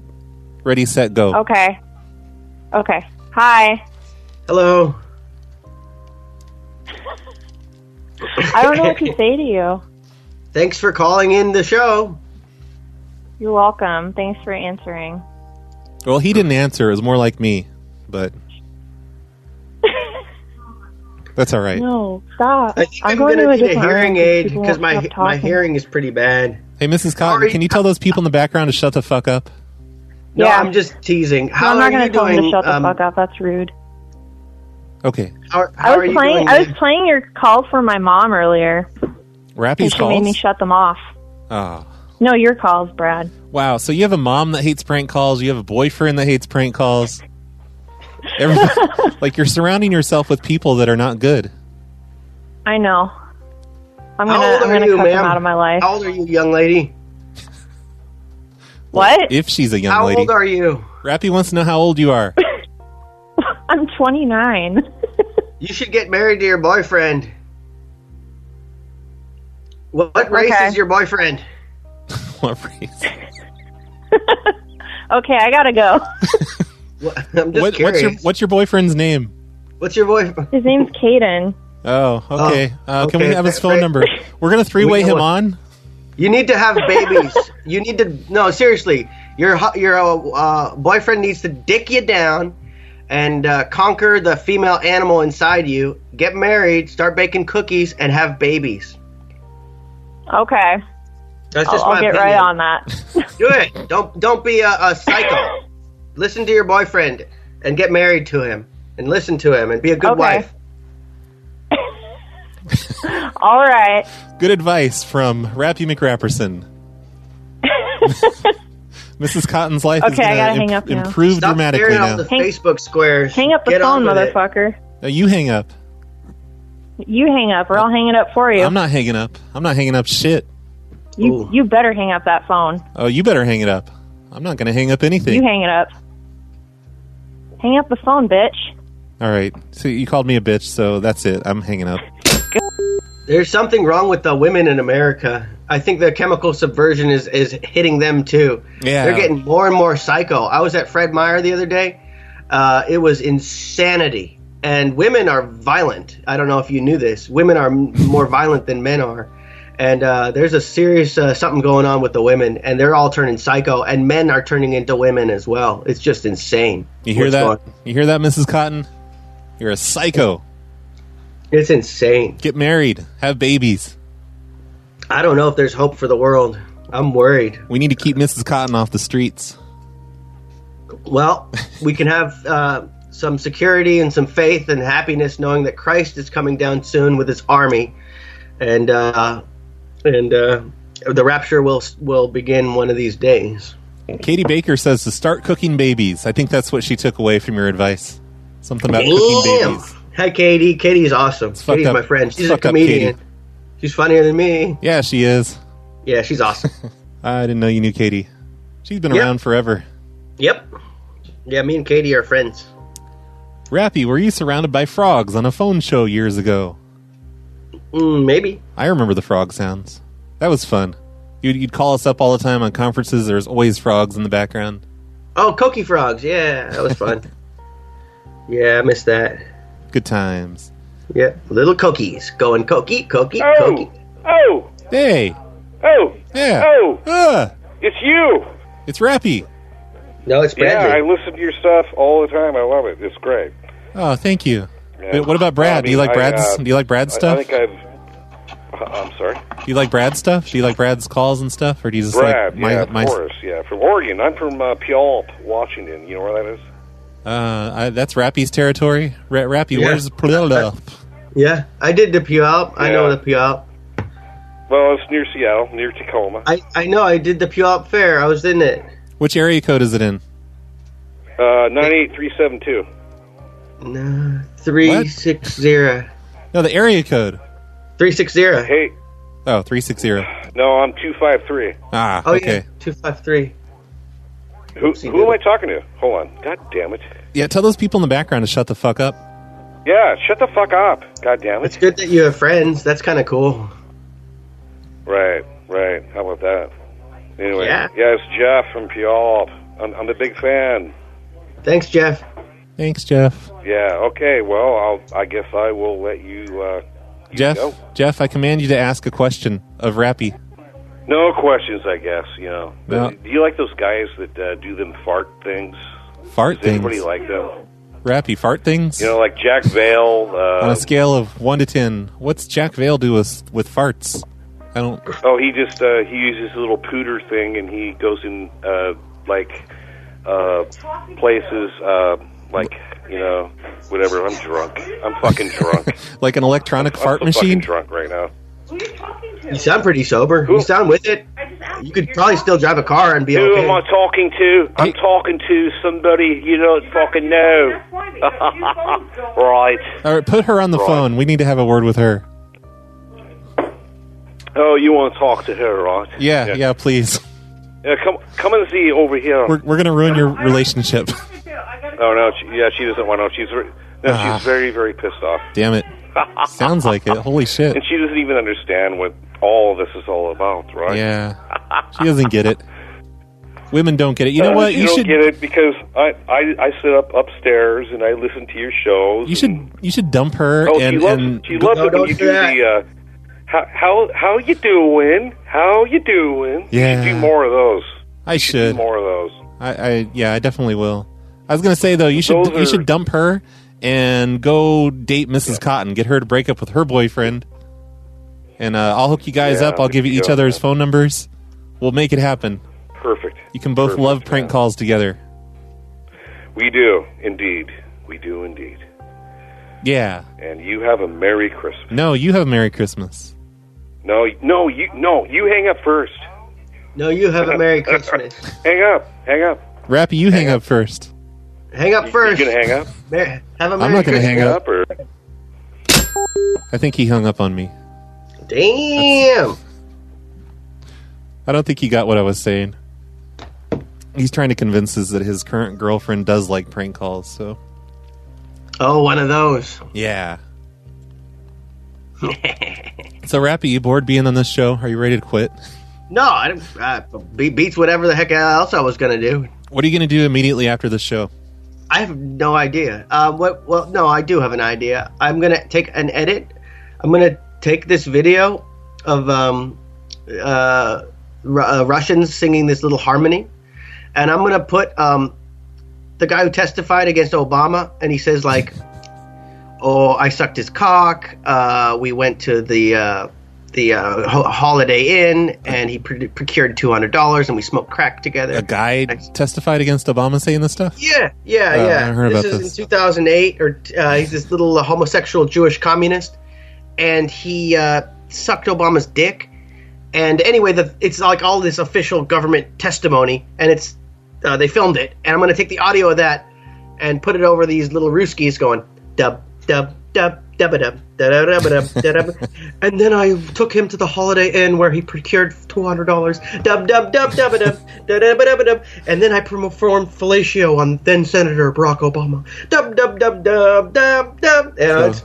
Ready, set, go.
Okay. Okay. Hi.
Hello.
I don't know
[LAUGHS]
what to say to you.
Thanks for calling in the show.
You're welcome. Thanks for answering.
Well, he didn't answer. It was more like me, but that's all right.
No, stop.
I think I'm,
going
gonna
to a
need a
different
hearing
room
aid
people
because
won't
my
stop
my
talking.
hearing is pretty bad.
Hey, Mrs. Cotton,
Sorry.
can you tell those people in the background to shut the fuck up?
No,
Yeah.
I'm just teasing.
No,
How
I'm not
are
gonna
you
tell
doing?
him to shut the
um,
fuck up. That's rude.
Okay,
How, how
I
are
was
you
playing.
doing?
I was playing your call for my mom earlier, and
Rappy's
she made me
calls.
shut them off.
Oh.
No, your calls, Brad.
Wow, so you have a mom that hates prank calls, you have a boyfriend that hates prank calls.
[LAUGHS]
Everybody, like you're surrounding yourself with people that are not good.
I know. I'm
How
gonna.
old
I'm
are
gonna
you,
cut
ma'am?
them out of my life.
How old are you, young lady?
What?
If she's a young
How
lady.
old are you?
Rappy wants to know how old you are.
[LAUGHS]
[LAUGHS]
I'm 29.
You should get married to your boyfriend. What, what race
Okay.
is your boyfriend?
What race?
[LAUGHS] okay, I gotta go.
What, I'm just
What, what's
curious.
your what's your boyfriend's name?
What's your boyfriend?
His name's Caden.
Oh, okay. uh, Can we
okay,
have his
that-
phone
right.
number? We're gonna three way
know
him
it.
on.
You need to have babies. you need to no seriously. Your hu- your uh, boyfriend needs to dick you down and uh, conquer the female animal inside you. Get married, start baking cookies, and have babies.
Okay,
That's
I'll,
just
I'll
my
get
opinion.
right on that.
[LAUGHS] Do it. Don't don't be a, a psycho. listen to your boyfriend and get married to him and listen to him and be a good
Okay.
wife.
All right.
Good advice from Rappy
[LAUGHS]
McRapperson. Mrs. Cotton's life is
Okay, I
gonna
gotta hang
imp-
up now.
improve
Stop
dramatically
staring
now.
at the
Hang-
Facebook squares.
Hang up the
Get
phone,
on with it.
motherfucker.
No, you hang up.
You hang up, or I'll hang it up for you.
I'm not hanging up. I'm not hanging up shit.
you
Ooh.
you better hang up that phone.
Oh, you better hang it up. I'm not gonna hang up anything.
You hang it up. Hang up the phone, bitch.
All right. So you called me a bitch, so that's it. I'm hanging up.
There's something wrong with the women in America. I think the chemical subversion is, is hitting them too.
Yeah.
They're getting more and more psycho. I was at Fred Meyer the other day. Uh, it was insanity. And women are violent. I don't know if you knew this. Women are m- more violent than men are. And uh, there's a serious uh, something going on with the women, and they're all turning psycho, and men are turning into women as well. It's just insane.
You hear
what's
that?
going-
You hear that, Mrs. Cotton? You're a psycho.
It's insane.
Get married. Have babies.
I don't know if there's hope for the world. I'm worried.
We need to keep Mrs. Cotton off the streets.
Well, we can have uh, some security and some faith and happiness, knowing that Christ is coming down soon with his army, and uh, and uh, the rapture will will begin one of these days.
Katie Baker says to start cooking babies. I think that's what she took away from your advice. Something about cooking babies.
Hi, Katie. Katie's awesome.
fucked
Katie's
up.
my friend. She's
Fucked
a
up,
comedian.
Katie.
She's funnier than me.
Yeah, she is.
Yeah, she's
[LAUGHS]
awesome.
I didn't know you knew Katie. She's been
Yep.
around forever.
yep. Yeah, me and Katie are friends.
Rappy, were you surrounded by frogs on a phone show years ago?
Mm, maybe.
I remember the frog sounds. That was fun. You'd, you'd call us up all the time on conferences. There's always frogs in the background.
Oh, Cokie Frogs. Yeah, that was
[LAUGHS]
fun. yeah, I missed that.
Good times.
Yeah, little Cokies going Cokie, Cokie,
Oh,
Cokie.
oh,
Hey,
oh,
yeah.
oh!
Ah,
It's you.
it's Rappy.
No, it's Bradley.
Yeah, I listen to your stuff all the time. I love it. It's great.
Oh, thank you.
Yeah.
What about Brad?
I
do you
mean,
like
I,
Brad's?
uh,
do you like Brad's
I-
stuff?
I, think I've. uh, I'm sorry,
do you like Brad's stuff? Do you like Brad's calls and stuff, or do you just
Brad.
like my
yeah, of
my?
course. Yeah, from Oregon. I'm from uh, Puyallup, Washington. You know where that is?
Uh, I, that's Rappy's territory. Ra- Rappy,
Yeah.
where's Prillup?
yeah, I did the Puyallup. I know
Yeah.
the Puyallup.
Well, it's near Seattle, near Tacoma.
I, I know I did the Puyallup Fair. I was in it.
Which area code is it in?
Uh, Nine eight three seven two.
No, three six zero.
No, the area code.
Three six zero.
Hey,
Oh, 360.
no, I'm two five three.
Ah,
Oh yeah,
okay.
two five three.
Who,
Oopsie
who am
doodle.
I talking to? Hold on. God damn it.
Yeah, tell those people in the background to shut the fuck up.
Yeah, shut the fuck up. God damn
It's
it.
good that you have friends. That's kind of cool.
Right, right. How about that? Anyway,
Yeah.
yeah, it's Jeff from Puyallup. I'm, I'm a big fan.
Thanks, Jeff.
Thanks, Jeff.
Yeah. Okay. Well, I'll, I guess I will let you. Uh, you
Jeff,
go.
Jeff, I command you to ask a question of Rappy.
No questions, I guess. You know.
No.
Do you like those guys that uh, do them fart things?
Fart
Does anybody
things.
like them?
Rappy, fart things?
You know, like Jack Vale.
On
Uh,
a scale of 1 to 10, what's Jack Vale do with, with farts? I don't.
oh, he just uh, he uses his little pooter thing, and he goes in uh, like uh, places uh, like you know whatever. I'm drunk. I'm
[LAUGHS]
fucking drunk.
Like an electronic fart
I'm so fucking
machine?
drunk right now.
You sound pretty sober. You sound with it. You could probably still drive a car and be
Who am I
okay.
talking to? I'm
Hey.
talking to somebody you don't fucking know. [LAUGHS] right.
All right, put her on the
Right.
phone. We need to have a word with her.
Oh, you want to talk to her, right?
Yeah, yeah, please.
Yeah, come, come and see over here.
We're, we're going to ruin your relationship. [LAUGHS]
oh no, she, yeah, she doesn't want to. She's re- no,
Ah.
she's very, very pissed off, [LAUGHS]
Damn it. Sounds like it. Holy shit.
and she doesn't even understand what all this is all about, right?
Yeah. She doesn't get it. Women don't get it. You know
Uh,
what?
You,
You
don't
should
get it because I, I, I sit up upstairs and I listen to your shows.
you should
and-
you should dump her
Oh,
and
she loves,
and
she loves
No,
it when
don't
you
do
do
that.
the. Uh, how how how you doing? How you doing?
Yeah.
You should do more of those.
I
You should.
should.
do more of those.
I, I yeah, I definitely will. I was gonna say though, you should
Those
you
are-
should dump her and go date Mrs. Cotton. Get her to break up with her boyfriend, and uh, I'll hook you guys
Yeah,
up. I'll give you
yeah.
each other's phone numbers. We'll make it happen.
Perfect.
You can both
Perfect,
love prank
yeah.
calls together.
We do indeed. We do indeed.
Yeah.
And you have a merry Christmas.
No, you have a Merry Christmas.
No, no, you no, you hang up first.
No, you have a
[LAUGHS]
Merry Christmas.
Hang up. Hang up.
Rappy, you hang up first.
Hang up first.
You gonna hang up?
Mer- have a Merry
I'm not gonna
Christmas.
hang up.
or
I think he hung up on me.
Damn. [LAUGHS]
I don't think he got what I was saying. He's trying to convince us that his current girlfriend does like prank calls. So
Oh, one of those. [LAUGHS]
yeah. so Rappy, you bored being on this show? Are you ready to quit?
No, I, don't- uh, be- beats whatever the heck else I was gonna do.
What are you going to do immediately after the show?
I have no idea. Uh, what? Well, no, I do have an idea. I'm gonna take an edit. I'm gonna take this video of um, uh, Ru- uh, Russians singing this little harmony, and I'm gonna put um, the guy who testified against Obama, and he says like, "Oh, I sucked his cock. Uh, we went to the." Uh, the uh, ho- Holiday Inn, and he pr- procured two hundred dollars, and we smoked crack together.
A guy testified against Obama saying this stuff.
Yeah, yeah,
Uh,
yeah.
I heard
this
about
is
this.
in 2008, or uh, he's this little homosexual Jewish communist, and he uh, sucked Obama's dick. And anyway, the, it's like all this official government testimony, and it's uh, they filmed it, and I'm going to take the audio of that and put it over these little rooskies going dub dub dub. dub-a-dub, da-da-da-ba-dub, da-da-ba. And then I took him to the Holiday Inn where he procured two hundred dollars. Dub dub dub dub dub dub dub dub. And then I performed fellatio on then Senator Barack Obama. Dub dub dub dub dub dub. Yeah, it's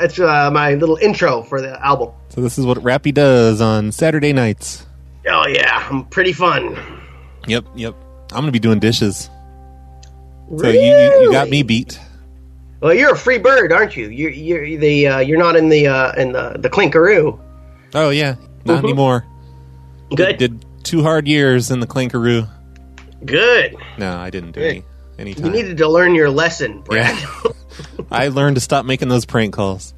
it's uh, my little intro for the album.
So this is what Rappy does on Saturday nights.
Oh yeah, I'm pretty fun.
Yep, yep. I'm gonna be doing dishes. So you, you, you got me beat.
Well, you're a free bird, aren't you? You're you're the uh, you're not in the uh, in the the clinkaroo.
Oh yeah, not
Mhm.
anymore.
Good,
Did two hard years in the clinkaroo.
good.
No, I didn't do
Yeah.
any any
You
time.
needed to learn your lesson, Brad.
Yeah. [LAUGHS] I learned to stop making those prank calls.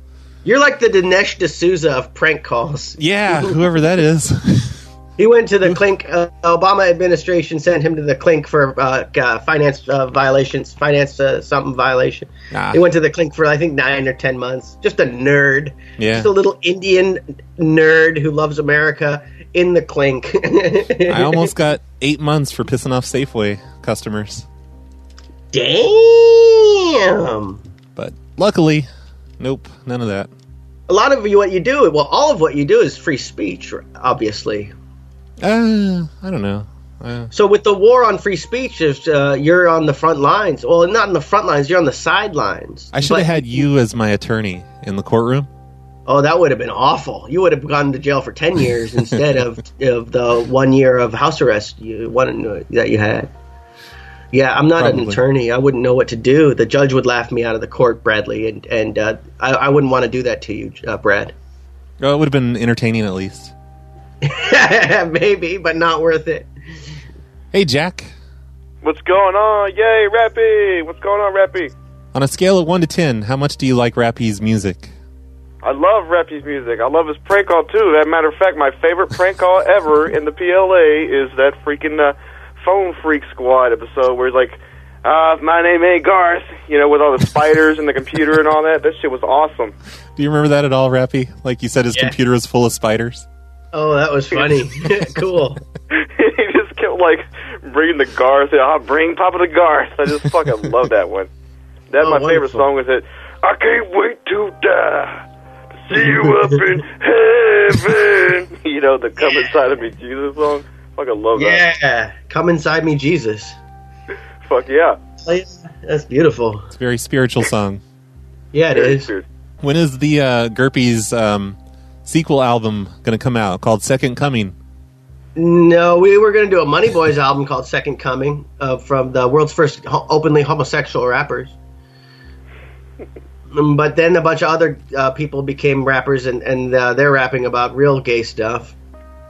You're like the Dinesh D'Souza of prank calls.
Yeah, whoever that is.
[LAUGHS] He went to the clink. Uh, Obama administration sent him to the clink for uh, uh, finance uh, violations, finance uh, something violation.
Ah.
He went to the clink for I think nine or ten months. Just a nerd.
Yeah.
Just a little Indian nerd who loves America in the clink.
I almost got eight months for pissing off Safeway customers,
[LAUGHS] Damn.
but luckily, nope, none of that.
A lot of you, what you do, well, all of what you do is free speech, obviously.
Uh, I don't know. Uh,
So with the war on free speech, is uh, you're on the front lines. Well, not on the front lines. You're on the sidelines.
I should
But-
have had you as my attorney in the courtroom.
Oh, that would have been awful. You would have gone to jail for ten
[LAUGHS]
years instead of of the one year of house arrest you one that you had. Yeah, I'm not an
Probably.
attorney. I wouldn't know what to do. The judge would laugh me out of the court, Bradley, and and uh, I, I wouldn't want to do that to you, uh, Brad.
Oh, it would have been entertaining at least.
[LAUGHS] Maybe, but not worth it.
Hey, Jack.
What's going on? Yay, Rappy! What's going on, Rappy?
On a scale of one to ten, how much do you like Rappy's music?
I love Rappy's music. I love his prank call too. As a matter of fact, my favorite prank call ever in the PLA is that freaking uh, Phone Freak Squad episode where he's like, uh, "My name ain't Garth," you know, with all the spiders and the computer and all that. That shit was awesome.
Do you remember that at all, Rappy? Like you said, his
Yeah.
computer is full of spiders.
Oh, that was funny.
[LAUGHS]
[LAUGHS] cool.
he just kept like bringing the Garth. Yeah, I'll bring Papa the Garth. I just fucking
[LAUGHS]
love that one. That's
Oh,
my favorite
wonderful.
song. Is it? I can't wait to die.
[LAUGHS]
See you up in heaven. [LAUGHS] You know the "Come Inside of Me, Jesus" song. Fucking love that.
Yeah, come inside me, Jesus.
Fuck yeah.
Oh, yeah. That's beautiful.
It's a very spiritual song.
Yeah, it is.
Dude,
When is the uh, Gerpy's um, sequel album going to come out called Second Coming?
No, we were going to do a Money Boys album called Second Coming uh, from the world's first ho- openly homosexual rappers. Um, But then a bunch of other uh, people became rappers, and, and uh, they're rapping about real gay stuff.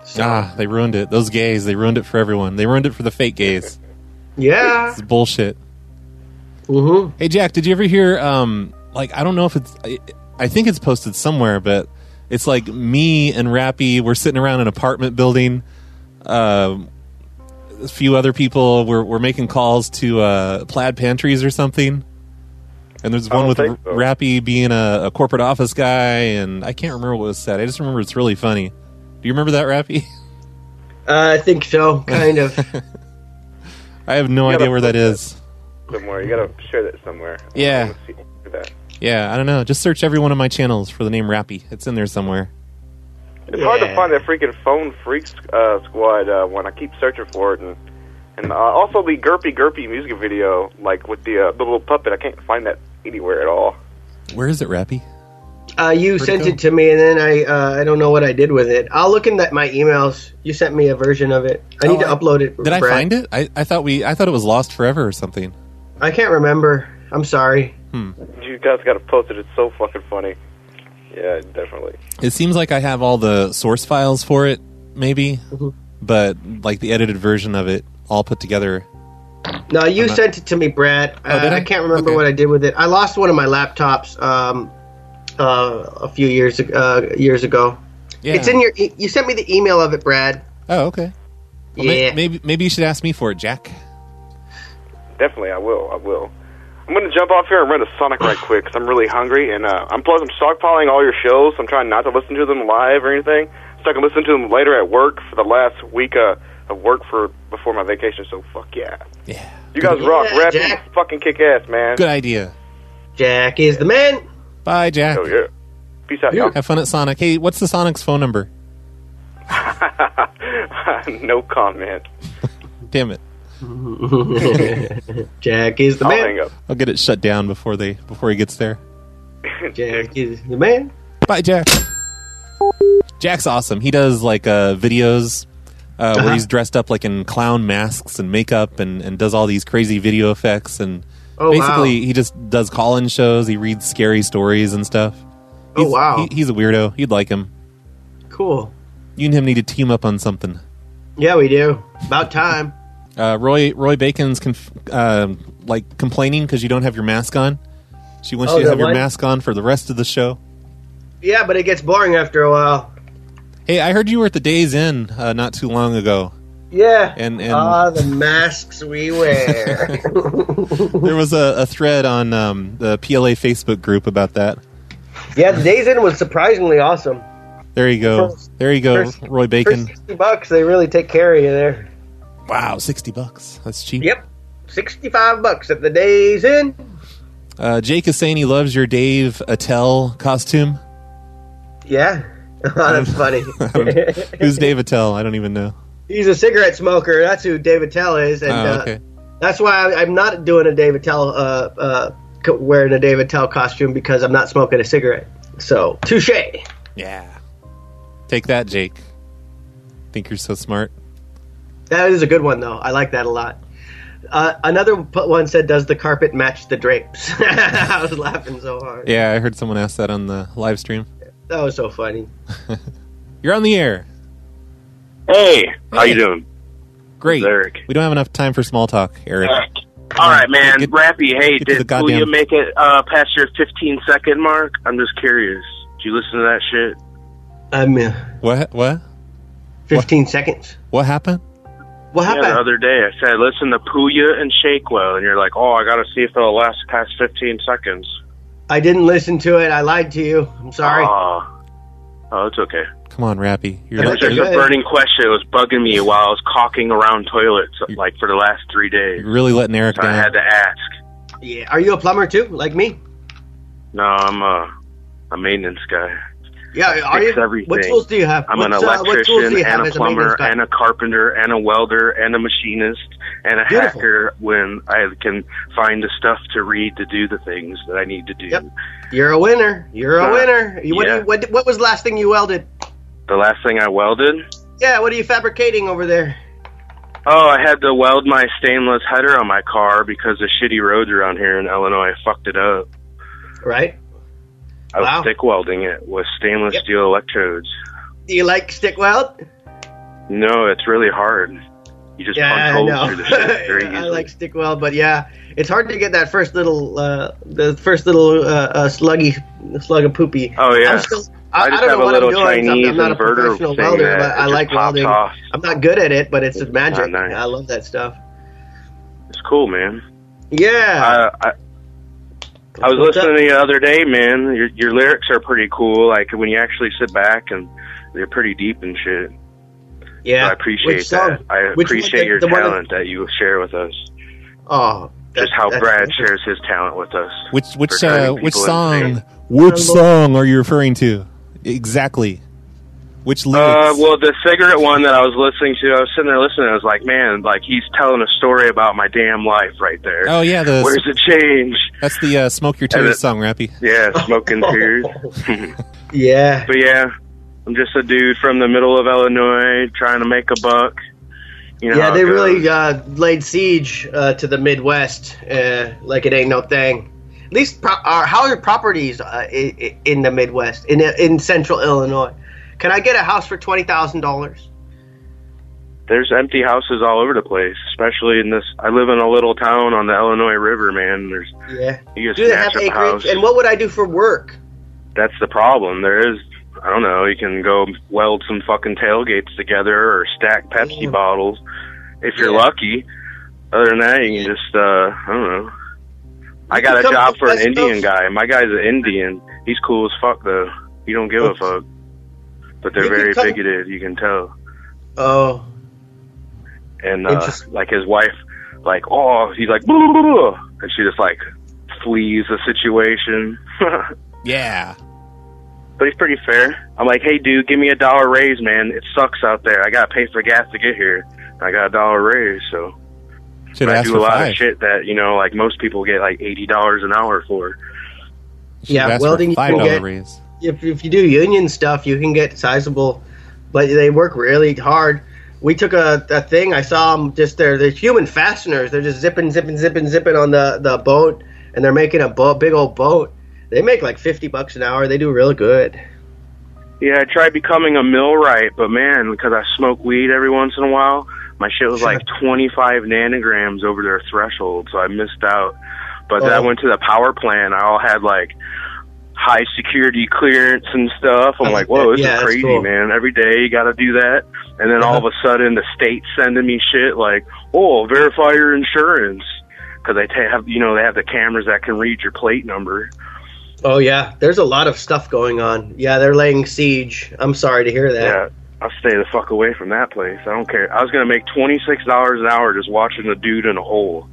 So,
Ah, they ruined it. Those gays, they ruined it for everyone. They ruined it for the fake gays.
yeah.
It's bullshit.
hmm
Hey, Jack, did you ever hear? Um, like, I don't know if it's. I, I think it's posted somewhere, but it's like me and Rappy. We're sitting around an apartment building. Um, a few other people. We're we're making calls to uh, plaid pantries or something. And there's one
don't
with
think so.
Rappy being a, a corporate office guy, and I can't remember what was said. I just remember it's really funny. Do you remember that, Rappy? [LAUGHS]
Uh, I think so, kind of.
I have no
gotta
idea where
put
that is.
somewhere you gotta share that somewhere. I
Yeah.
wanna see- look at that.
Yeah, I don't know. Just search every one of my channels for the name Rappy. It's in there somewhere.
It's hard to
Yeah.
find that freaking phone freaks uh, squad uh, one. I keep searching for it, and and uh, also the Gerpy Gerpy music video, like with the, uh, the little puppet. I can't find that anywhere at all.
Where is it, Rappy?
Uh, you
Pretty
sent
cool.
it to me, and then I uh, I don't know what I did with it. I'll look in that my emails. You sent me a version of it. I need to
Oh, I-
upload it.
Did I find it? I, I thought we I thought it was lost forever or something. Hmm.
I can't remember. I'm sorry.
You guys got to post it. It's so fucking funny. Yeah, definitely.
It seems like I have all the source files for it, maybe,
Mm-hmm.
but like the edited version of it all put together.
No, you
I'm not-
sent it to me, Brad. Uh,
Oh, did I?
I? can't remember
Okay.
what I did with it. I lost one of my laptops um, uh, a few years ag- uh, years ago.
Yeah.
It's in your. E- you sent me the email of it, Brad.
Oh, okay. Well, may-
yeah.
maybe maybe you should ask me for it, Jack.
Definitely, I will. I will. I'm going to jump off here and run a Sonic right quick 'cause I'm really hungry. And uh, I'm plus I'm stockpiling all your shows. I'm trying not to listen to them live or anything, so I can listen to them later at work for the last week uh, of work for before my vacation. So fuck yeah.
Yeah.
You guys
Yeah,
rock. Rap you
Jack.
fucking kick ass, man.
Good idea.
Jack is the man.
Bye, Jack.
Hell yeah. Peace out, y'all.
Have fun at Sonic. Hey, what's the Sonic's phone number?
[LAUGHS] no comment.
Damn it.
[LAUGHS] Jack is the
I'll
man.
hang up.
I'll get it shut down before they before he gets there.
Jack is the man.
Bye, Jack. Jack's awesome. He does like uh, videos uh,
Uh-huh.
where he's dressed up like in clown masks and makeup, and, and does all these crazy video effects. And
Oh,
basically,
wow.
he just does call-in shows. He reads scary stories and stuff.
Oh,
He's-
wow.
he- he's a weirdo. You'd like him.
Cool.
You and him need to team up on something.
Yeah, we do. About time.
Uh, Roy Roy Bacon's conf- uh, like complaining because you don't have your mask on. She wants
Oh,
you to
that
have your
one?
mask on for the rest of the show.
Yeah, but it gets boring after a while.
Hey, I heard you were at the Days Inn uh, not too long ago.
Yeah.
And- and-
ah, the masks we
[LAUGHS]
wear.
There was a, a thread on um, the PLA Facebook group about that.
yeah, the days in was surprisingly awesome.
There you go.
First-
There you go,
first-
Roy
For
Bacon.
sixty bucks, they really take care of you there.
Wow, sixty bucks. That's cheap.
Yep, sixty-five bucks at the days in.
Uh, Jake is saying he loves your Dave Attell costume.
Yeah, [LAUGHS] Oh,
[LAUGHS]
that's funny.
Who's Dave Attell? I don't even know.
He's a cigarette smoker. That's who David Tell is, and
Oh,
uh,
okay.
that's why I, I'm not doing a David Tell uh, uh, co- wearing a David Tell costume because I'm not smoking a cigarette. So touche.
Yeah. Take that, Jake. Think you're so smart.
That is a good one though. I like that a lot. Uh, another p- one said, "Does the carpet match the drapes?" [LAUGHS] I was laughing so hard.
Yeah, I heard someone ask that on the live stream.
That was so funny.
You're on the air.
Hey, how you doing?
Great.
Eric.
We don't have enough time for small talk, Eric.
All right, man.
Get-
Rappy, hey,
get to the
did will you
goddamn-
make it uh, past your 15 second mark? I'm just curious. Did you listen to that shit?
I'm uh,
What? What?
15 seconds.
What happened?
What
Yeah,
happened?
the other day I said, listen to Puya and Shakewell, and you're like, oh, I got to see if it'll last past 15 seconds.
I didn't listen to it. I lied to you. I'm sorry.
Aw. Ah. oh, it's okay.
Come on, Rappy. You're
It
like,
was just
you're
a burning question. It was bugging me while I was caulking around toilets, like, for the last three days.
really letting Eric
So I
down.
had to ask.
yeah. Are you a plumber too, like me?
No, I'm a, a maintenance guy.
Yeah. Are
Fix
you?
everything.
What tools do you have?
I'm an
What's, uh, what tools do
electrician
you have
and a
as maintenance
plumber
guy?
and a carpenter and a welder and a machinist and a
Beautiful.
hacker when I can find the stuff to read to do the things that I need to do.
Yep. You're a winner. You're a
Uh,
winner. You- What, do
yeah.
you, what, what was the last thing you welded?
The last thing I welded,
Yeah. What are you fabricating over there?
oh, I had to weld my stainless header on my car because the shitty roads around here in Illinois fucked it up.
Right.
I was
Wow.
stick welding it with stainless
Yep.
steel electrodes.
Do you like stick weld?
No, it's really hard. You just
Yeah,
punch
I
holes
know.
through the
[LAUGHS]
shit very easily.
I like stick weld, but yeah, it's hard to get that first little, uh, the first little uh, uh, sluggy, slug of poopy.
Oh, yeah.
I'm still,
I
I, I
just
don't
have
know
a
what
little
I'm doing.
Chinese
I'm, I'm not a
inverter
professional
thing
welder,
that
but I
just
like
pops
welding.
off.
I'm not good at it, but it's,
It's
magic.
not nice.
I love that stuff.
It's cool, man.
Yeah,
I, I, I was
What's
listening the other day, man. Your, your lyrics are pretty cool. Like when you actually sit back and they're pretty deep and shit.
yeah.
So I appreciate
Which song?
that. I
Which one?
appreciate
The-
your
the one that-
talent that you share with us.
Oh, that-
Just how
that's-
Brad shares his talent with us.
Which which
for turning
uh, which
people insane.
song? Which song are you referring to? Exactly. Which
Uh,
lyrics?
well, the cigarette one that I was listening to, I was sitting there listening. I was like, man, like he's telling a story about my damn life right there.
oh yeah, the
Where's the change?
that's the uh, "Smoke Your
And
Tears"
it-
song, Rappy.
Yeah,
[LAUGHS]
smoking tears.
Yeah,
[LAUGHS] But yeah, I'm just a dude from the middle of Illinois trying to make a buck. You know
yeah.
how it
They
goes.
really uh, laid siege uh, to the Midwest, uh, like it ain't no thing. At least pro- our, how are properties uh, i- i- in the Midwest, in in Central Illinois? Can I get a house for twenty thousand dollars?
there's empty houses all over the place, especially in this. I live in a little town on the Illinois River, man. There's
Yeah.
you just
Do they have
snatch up a
acreage?
house.
And what would I do for work?
That's the problem. There is. I don't know. You can go weld some fucking tailgates together or stack Pepsi
Yeah.
bottles if you're
Yeah.
lucky. Other than that, you can just uh, I don't know. I
You
got a
become
job for an
West
Indian
Coast.
guy. My guy's an Indian. He's cool as fuck though. He don't give a fuck. But they're
You
very
become-
bigoted. You can tell.
Oh,
and uh,
Interesting.
like his wife, like oh, he's like, "Blah, blah, blah, blah," and she just like flees the situation. [LAUGHS]
yeah,
but he's pretty fair. I'm like, hey, dude, give me a dollar raise, man. It sucks out there. I gotta pay for gas to get here. I got a dollar raise, so
should
I
ask
do
for
a lot
five.
of shit that you know, like most people get like eighty dollars an hour for.
Should've
Yeah,
asked for
welding
a
you
five
can
dollar
get-
raise.
if, if you do union stuff, you can get sizable, but they work really hard. We took a, a thing. I saw them just they're they're human fasteners. They're just zipping, zipping, zipping, zipping on the the boat, and they're making a boat, big old boat. They make like fifty bucks an hour. They do real good.
Yeah, I tried becoming a millwright, but man, because I smoke weed every once in a while, my shit was
[LAUGHS]
like 25 nanograms over their threshold, so I missed out. But then I
Oh.
went to the power plant. I all had like high security clearance and stuff. I'm
I
like,
like
whoa,
that.
this
Yeah,
is
that's
crazy,
cool. Uh-huh.
man. Every day you got to do that. And then all of a sudden, the state's sending me shit like, oh, verify your insurance. Because they ta- have, you know, they have the cameras that can read your plate number.
Oh yeah, there's a lot of stuff going on. Yeah, they're laying siege. I'm sorry to hear that.
Yeah, I'll stay the fuck away from that place. I don't care. I was gonna make twenty six dollars an hour just watching a dude in a hole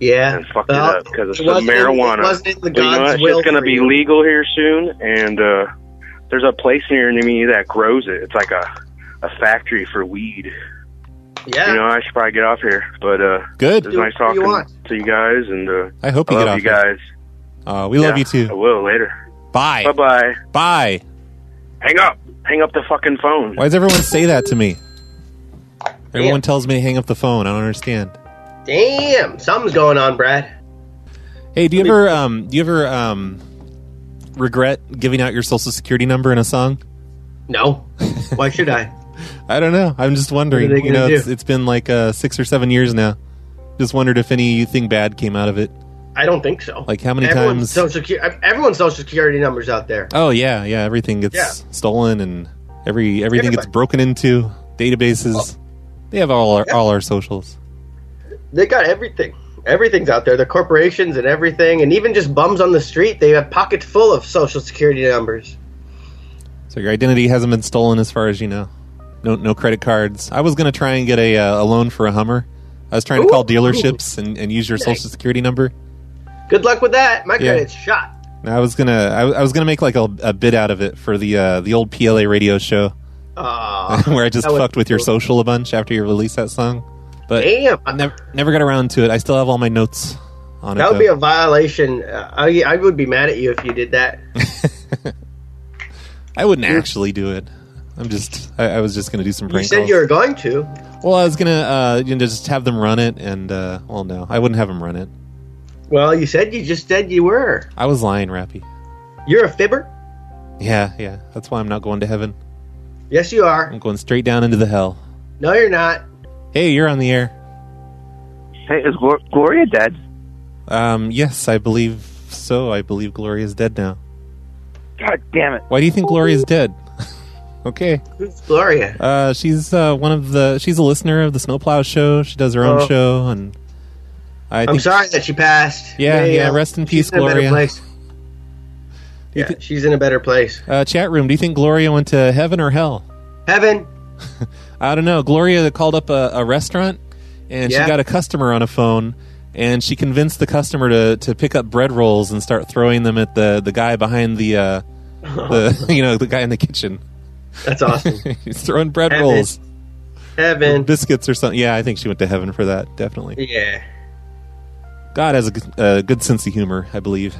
Yeah,
and fuck it
Well,
up because it's
it
just
wasn't in-
marijuana.
it wasn't in the
But you know
God's
what?
will
It's gonna
for
be
you.
legal here soon, and uh, there's a place near me that grows it. It's like a a factory for weed.
yeah.
You know, I should probably get off here, but uh, it
Good.
was
Do
nice
whatever you
talking
want.
to you guys, and uh,
I hope
I
you get
love
off.
you guys.
Uh, we love
Yeah,
you
I
too.
will later. Bye
Bye.
bye.
Bye.
Hang up. Hang up the fucking phone.
Why does everyone say that to me? Everyone tells me to hang up the phone. I don't understand.
Damn, something's going on, Brad.
Hey, do you ever um do you ever um regret giving out your social security number in a song?
No, why should I?
[LAUGHS] I don't know. I'm just wondering.
they
You know,
gonna
it's,
do?
it's been like uh, six or seven years now. Just wondered if anything bad came out of it.
I don't think so.
Like how many
everyone's
times?
Social secu- everyone's social security numbers out there.
Oh yeah, yeah. Everything gets
Yeah.
stolen, and every everything gets
Everybody. Oh.
broken into. Databases. They have all our, all our socials.
They got everything. Everything's out there. The corporations and everything, and even just bums on the street, they have pockets full of social security numbers.
So your identity hasn't been stolen, as far as you know. No, no credit cards. I was gonna try and get a, uh, a loan for a Hummer. I was trying to call
Ooh.
dealerships and, and use your social security number.
Good luck with that. My
Yeah.
credit's shot.
And I was gonna I, I was gonna make like a, a bit out of it for the uh, the old PLA radio show
Aw,
[LAUGHS] where I just
that was
fucked with your
cool.
social a bunch after you released that song. But
Damn,
I never never got around to it. I still have all my notes on
that
it.
would be
though.
a violation. Uh, I, I would be mad at you if you did that.
I wouldn't actually do it. I'm just I, I was just gonna do some
You
prank
said
calls.
you were going to.
well, I was gonna uh, you know just have them run it and uh, well no I wouldn't have them run it.
Well, you said you just said you were.
I was lying, Rappy.
You're a fibber.
Yeah, yeah. That's why I'm not going to heaven.
Yes, you are.
I'm going straight down into the hell.
No, you're not.
Hey, you're on the air.
Hey, is Glor- Gloria dead?
Um, yes, I believe so. I believe Gloria's dead now.
God damn it!
Why do you think Gloria's dead? [LAUGHS] okay.
Who's Gloria?
Uh, she's uh, one of the. She's a listener of the Snowplow Show. She does her own
Oh.
show, and I
I'm
think
sorry that she passed.
Yeah, yeah, rest in peace,
she's in a better
Gloria.
place.
You
Yeah, she's in a better place.
Uh, chat room. Do you think Gloria went to heaven or hell?
Heaven.
I don't know. Gloria called up a, a restaurant, and
Yeah.
she got a customer on a phone, and she convinced the customer to, to pick up bread rolls and start throwing them at the, the guy behind the uh,
[LAUGHS]
the [LAUGHS] you know the guy in the kitchen. [LAUGHS]
That's awesome.
He's throwing bread
Heaven.
rolls,
Heaven.
biscuits, or something. Yeah, I think she went to heaven for that. Definitely.
Yeah.
God has a, g- a good sense of humor, I believe.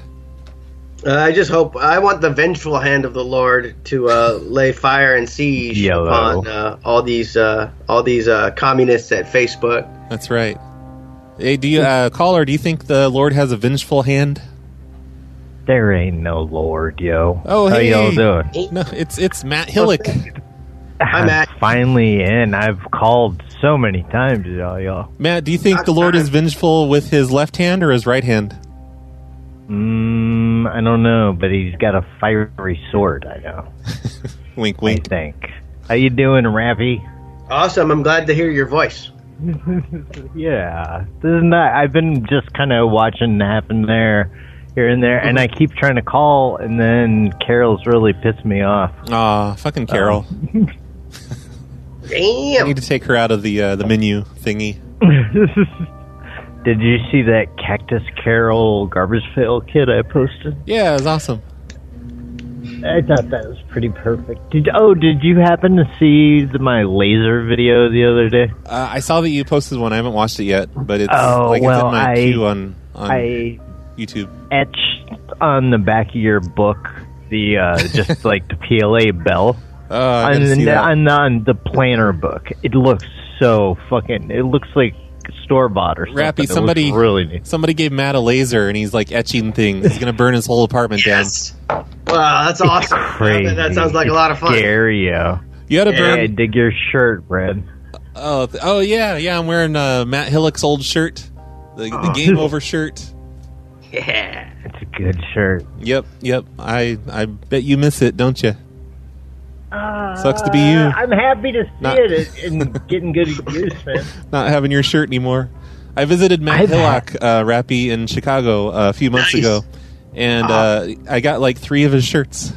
Uh, I just hope I want the vengeful hand of the Lord to uh, lay fire and siege
Yellow.
on uh, all these uh, all these uh, communists at Facebook.
That's right. Hey, do you uh, caller? Do you think the Lord has a vengeful hand?
There ain't no Lord, yo.
Oh, hey.
How y'all doing?
No, it's it's Matt Hillick.
Hi,
Matt.
Finally in. I've called so many times, y'all. y'all.
Matt, do you think the Lord is vengeful with his left hand or his right hand?
Mm, I don't know, but he's got a fiery sword. I know.
Wink,
I
wink.
think. How you doing, Rappy?
Awesome! I'm glad to hear your voice.
[LAUGHS] Yeah, this is not. I've been just kind of watching it happen there, here and there, and I keep trying to call, and
Ah,
then Carol's really pissed me off.
[LAUGHS] Aw, fucking Carol. I need to take her out of the uh, the menu thingy.
[LAUGHS] Did you see that Cactus Carol garbage pail kid I posted?
Yeah, it was awesome.
I thought that was pretty perfect. Did oh, did you happen to see the, my laser video the other day?
Uh, I saw that you posted one. I haven't watched it yet, but it's
Oh,
like
well,
it's in my
I-
queue on on
I
YouTube.
etched on the back of your book the uh,
[LAUGHS]
just like the PLA bell.
Uh,
on,
gotta see
the,
that.
on, on the planner book, it looks so fucking. It looks like store bought or something. It
Rappy,
looks
somebody
really
somebody gave Matt a laser, and he's like etching things. He's gonna burn his whole apartment
Wow, that's awesome.
crazy.
That sounds like a lot of fun.
Scary, yo.
You gotta burn-
Yeah, dig your shirt, Brad.
down. Oh, th- oh yeah, yeah. I'm wearing uh, Matt Hillock's old shirt, the, the
Oh. [LAUGHS]
game over shirt.
Yeah.
It's a good shirt.
Yep, yep. I I bet you miss it, don't you?
Uh,
Sucks to be you.
I'm happy to see
Not-
it and getting good use, man.
Not having your shirt anymore. I visited Matt
I've
Hillock, uh, Rappy in Chicago uh, a few months ago,
Ah.
and uh, I got like three of his shirts.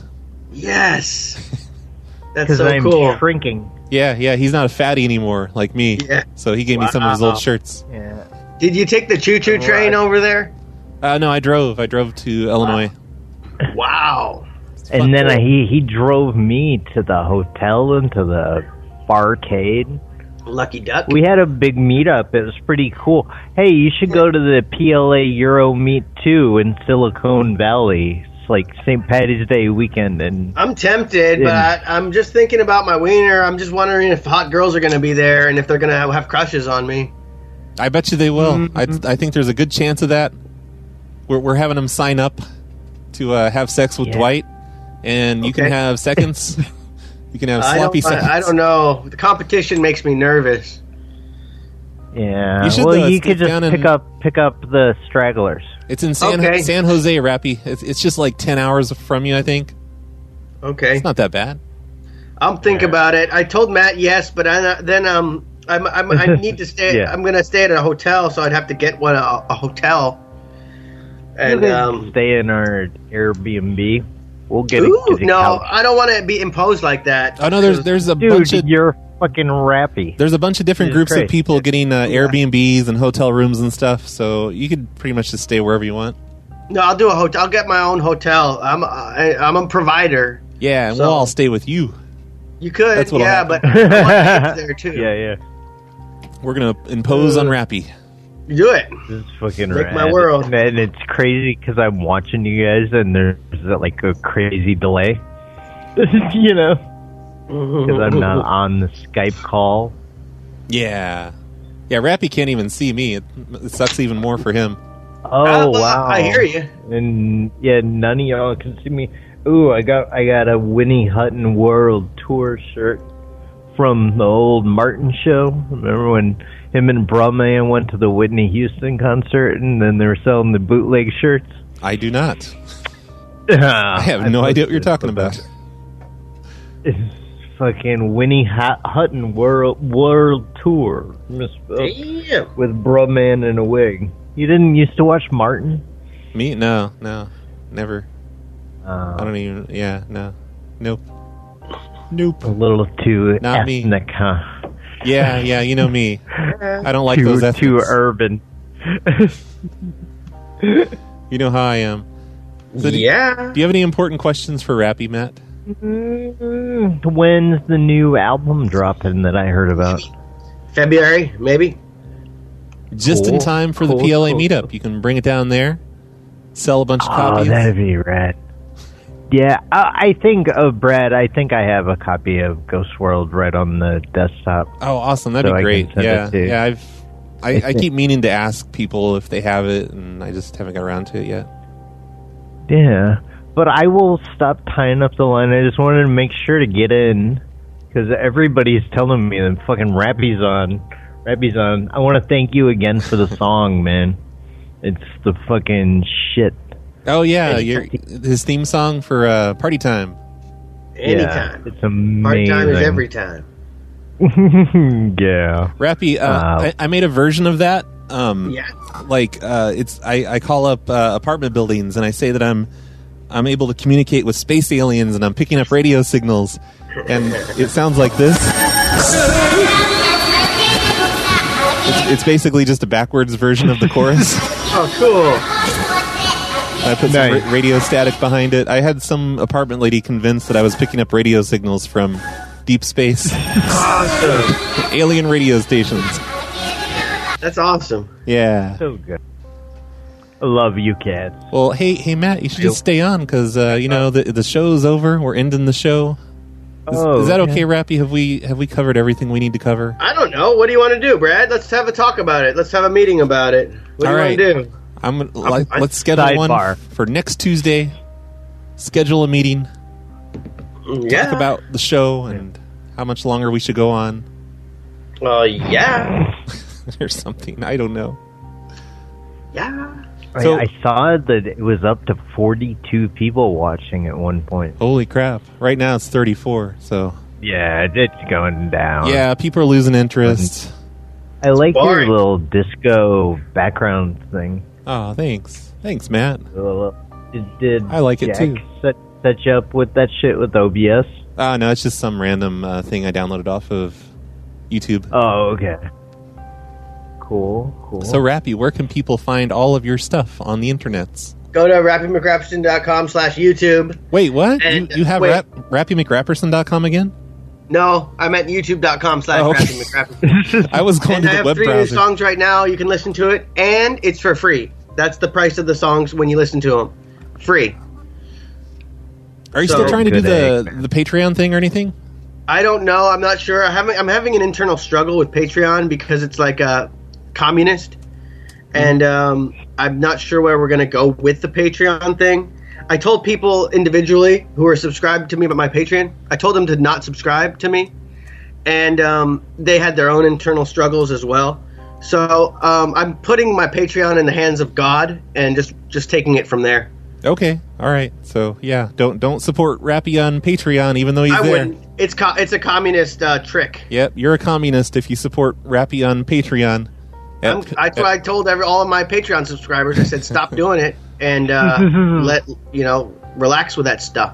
Yes. [LAUGHS] That's
'Cause
so
I'm
cool.
shrinking.
Yeah, yeah. He's not a fatty anymore like me.
Yeah.
So he gave me some of his
Wow.
old shirts.
Yeah.
Did you take the choo-choo train over there?
Uh, no, I drove. I drove to Illinois.
Wow.
And then I, he he drove me to the hotel and to the barcade.
Lucky duck.
We had a big meetup. It was pretty cool. Hey, you should go to the PLA Euro Meet too in Silicon Valley. It's like St. Patty's Day weekend, and
I'm tempted, but I, I'm just thinking about my wiener. I'm just wondering if hot girls are going to be there and if they're going to have crushes on me.
I bet you they will.
Mm-hmm.
I, I think there's a good chance of that. We're, we're having them sign up to uh, have sex with Dwight, and you can
Okay.
have seconds.
[LAUGHS]
you can have
I
sloppy
don't,
seconds.
I, I don't know. The competition makes me nervous.
yeah,
You should,
well,
uh,
you could
stick
just
down
pick
and-
up pick up the stragglers.
It's in San,
Okay.
San Jose, Rappy. It's, it's just like 10 hours from you, I think.
Okay.
It's not that bad.
I'm thinking about it. I told Matt yes, but I, then um, I'm, I'm,
[LAUGHS]
I need to stay.
Yeah.
I'm going to stay at a hotel, so I'd have to get one a, a hotel. And
You can
um,
stay in our Airbnb. We'll get
ooh,
a, get a
no,
couch.
I don't want to be imposed like that.
Oh, no, there's, there's a
Dude,
bunch of.
You're fucking rappy.
There's a bunch of different
Jesus
groups of
Christ.
people getting uh, Airbnbs and hotel rooms and stuff, so you could pretty much just stay wherever you want.
no. I'll do a hotel. I'll get my own hotel. I'm I, I'm a provider.
Yeah, and
So-
we'll all stay with you.
You could,
That's what'll
yeah,
happen.
but I
[LAUGHS]
want to there too. Uh,
Yeah, yeah.
We're gonna impose on Rappy.
Do it.
This is fucking
Make
rad.
my world.
And, then it's crazy because I'm watching you guys and there's like a crazy delay. [LAUGHS] you know, because I'm not on the Skype call.
Yeah, yeah. Rappy can't even see me. It, it sucks even more for him.
Oh wow!
Ah, I hear you.
And yeah, none of y'all can see me. Ooh, I got I got a Winnie Hutton World Tour shirt from the old Martin show. Remember when him and Brumman went to the Whitney Houston concert and then they were selling the bootleg shirts? Uh,
I do not.
I
[LAUGHS] I
[LAUGHS]
have no idea what you're talking about.
fucking Winnie Hut- Hutton World World Tour misspelled
Damn.
with Brumman in a wig. You didn't used to watch Martin?
Me? No, no, never.
Oh.
I don't even. Yeah, no, nope. Nope.
A little too
Not me.
ethnic, huh?
Yeah, yeah. You
[LAUGHS]
know me. I don't like
too,
those ethnics.
Too urban.
You know how I am. So do-
Yeah.
Do you have any important questions for Rappy, Matt?
Mm, When's the new album dropping that I heard about?
February, maybe.
Just in
Cool,
time for the
cool,
PLA
cool.
meetup. You can bring it down there, sell a bunch of
Oh,
copies.
that'd be rad. Yeah, I, I think, oh, Brad, I think I have a copy of Ghost World right on the desktop.
Oh, awesome! That'd
So I
be
can
great.
send it
Yeah,
to-
yeah. I've I, I
[LAUGHS]
keep meaning to ask people if they have it, and I just haven't got around to it yet.
Yeah, but I will stop tying up the line. I just wanted to make sure to get in because everybody's telling me that fucking Rappy's on. Rappy's on. I want to thank you again for the song, man. It's the fucking shit.
Oh yeah, your, his theme song for uh, Party Time.
Anytime.
Yeah, it's amazing.
Part time is every time.
[LAUGHS] yeah.
Rappy, uh,
Wow.
I, I made a version of that. Um,
Yeah.
like uh, it's I, I call up uh, apartment buildings and I say that I'm I'm able to communicate with space aliens and I'm picking up radio signals, and it sounds like this. It's, it's basically just a backwards version of the chorus.
Oh, cool.
I put some ra- radio static behind it. I had some apartment lady convinced that I was picking up radio signals from deep space, [LAUGHS] alien radio stations.
[LAUGHS] That's awesome.
Yeah.
So good. I love you, cats.
Well, hey, hey, Matt, you should just stay on because uh, you know the the show's over. We're ending the show. Is,
Oh,
is that
okay.
okay, Rappy? Have we have we covered everything we need to cover?
I don't know. What do you want to do, Brad? Let's have a talk about it. Let's have a meeting about it. What
All
do
right.
you want to do?
I'm gonna li- let's schedule one
sidebar.
for next Tuesday. Schedule a meeting.
Mm, yeah.
Talk about the show and how much longer we should go on.
Well, Oh, yeah.
[LAUGHS] or something. I don't know.
Yeah.
I-
So-
I, saw that it was up to 42 people watching at one point.
Holy crap! Right now it's 34. So
Yeah, it- it's going down.
yeah, people are losing interest.
I like your
boring.
little disco background thing.
Oh, thanks, thanks, Matt.
It did.
I like it
Jack
too.
Set, set you up with that shit with OBS.
Ah, no, it's just some random uh, thing I downloaded off of YouTube.
Oh, okay. Cool, cool.
So, Rappy, where can people find all of your stuff on the internets?
Go to rappymcrapston.com slash YouTube.
Wait, what?
And-
you, you have
wait.
rap,
[LAUGHS]
rappymcrapperson.com again?
No, I'm at youtube.com slash
Oh, okay.
rappymcrapston.
I was going
and
to
I
the
have
web
three
browser.
new songs right now. You can listen to it, and it's for free. That's the price of the songs when you listen to them. Free.
Are you
So-
still trying to do the, the Patreon thing or anything?
I don't know. I'm not sure. I haven't, I'm having an internal struggle with Patreon because it's like a communist,
Mm-hmm.
and um, I'm not sure where we're gonna go with the Patreon thing. I told people individually who are subscribed to me by my Patreon. I told them to not subscribe to me, and um, they had their own internal struggles as well. So um, I'm putting my Patreon in the hands of God and just just taking it from there.
Okay, all right. So yeah, don't don't support Rappy on Patreon, even though he's
I
there.
wouldn't. It's co- it's a communist uh, trick.
Yep, you're a communist if you support Rappy on Patreon. At-
I'm, I,
at-
I told every, all of my Patreon subscribers, I said,
[LAUGHS]
stop doing it and uh, let you know, relax with that stuff.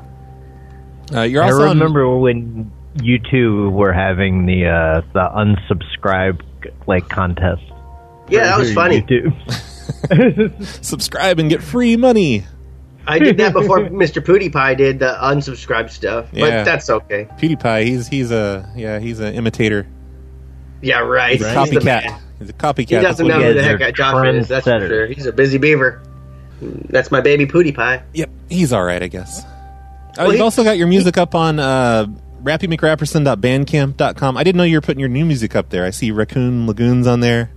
Uh, you're
I
also on-
remember when you two were having the uh, the unsubscribe like contest.
Yeah, that was funny.
[LAUGHS]
[LAUGHS] Subscribe and get free money.
I did
[LAUGHS]
that before Mr. PewDiePie did the unsubscribe stuff,
Yeah.
but that's okay.
PewDiePie, he's he's a yeah, he's an imitator.
Yeah, right.
He's a
He's the
copycat.
man.
He's a copycat.
He
That's
doesn't
what
know who the
is.
heck Josh is. That's for sure. He's a busy beaver. That's my baby PewDiePie.
Yep, he's all right, I guess. Oh,
Well,
you've
he-
also got your music up on uh, rappymcrapperson.bandcamp.com. I didn't know you were putting your new music up there. I see Raccoon Lagoons on there.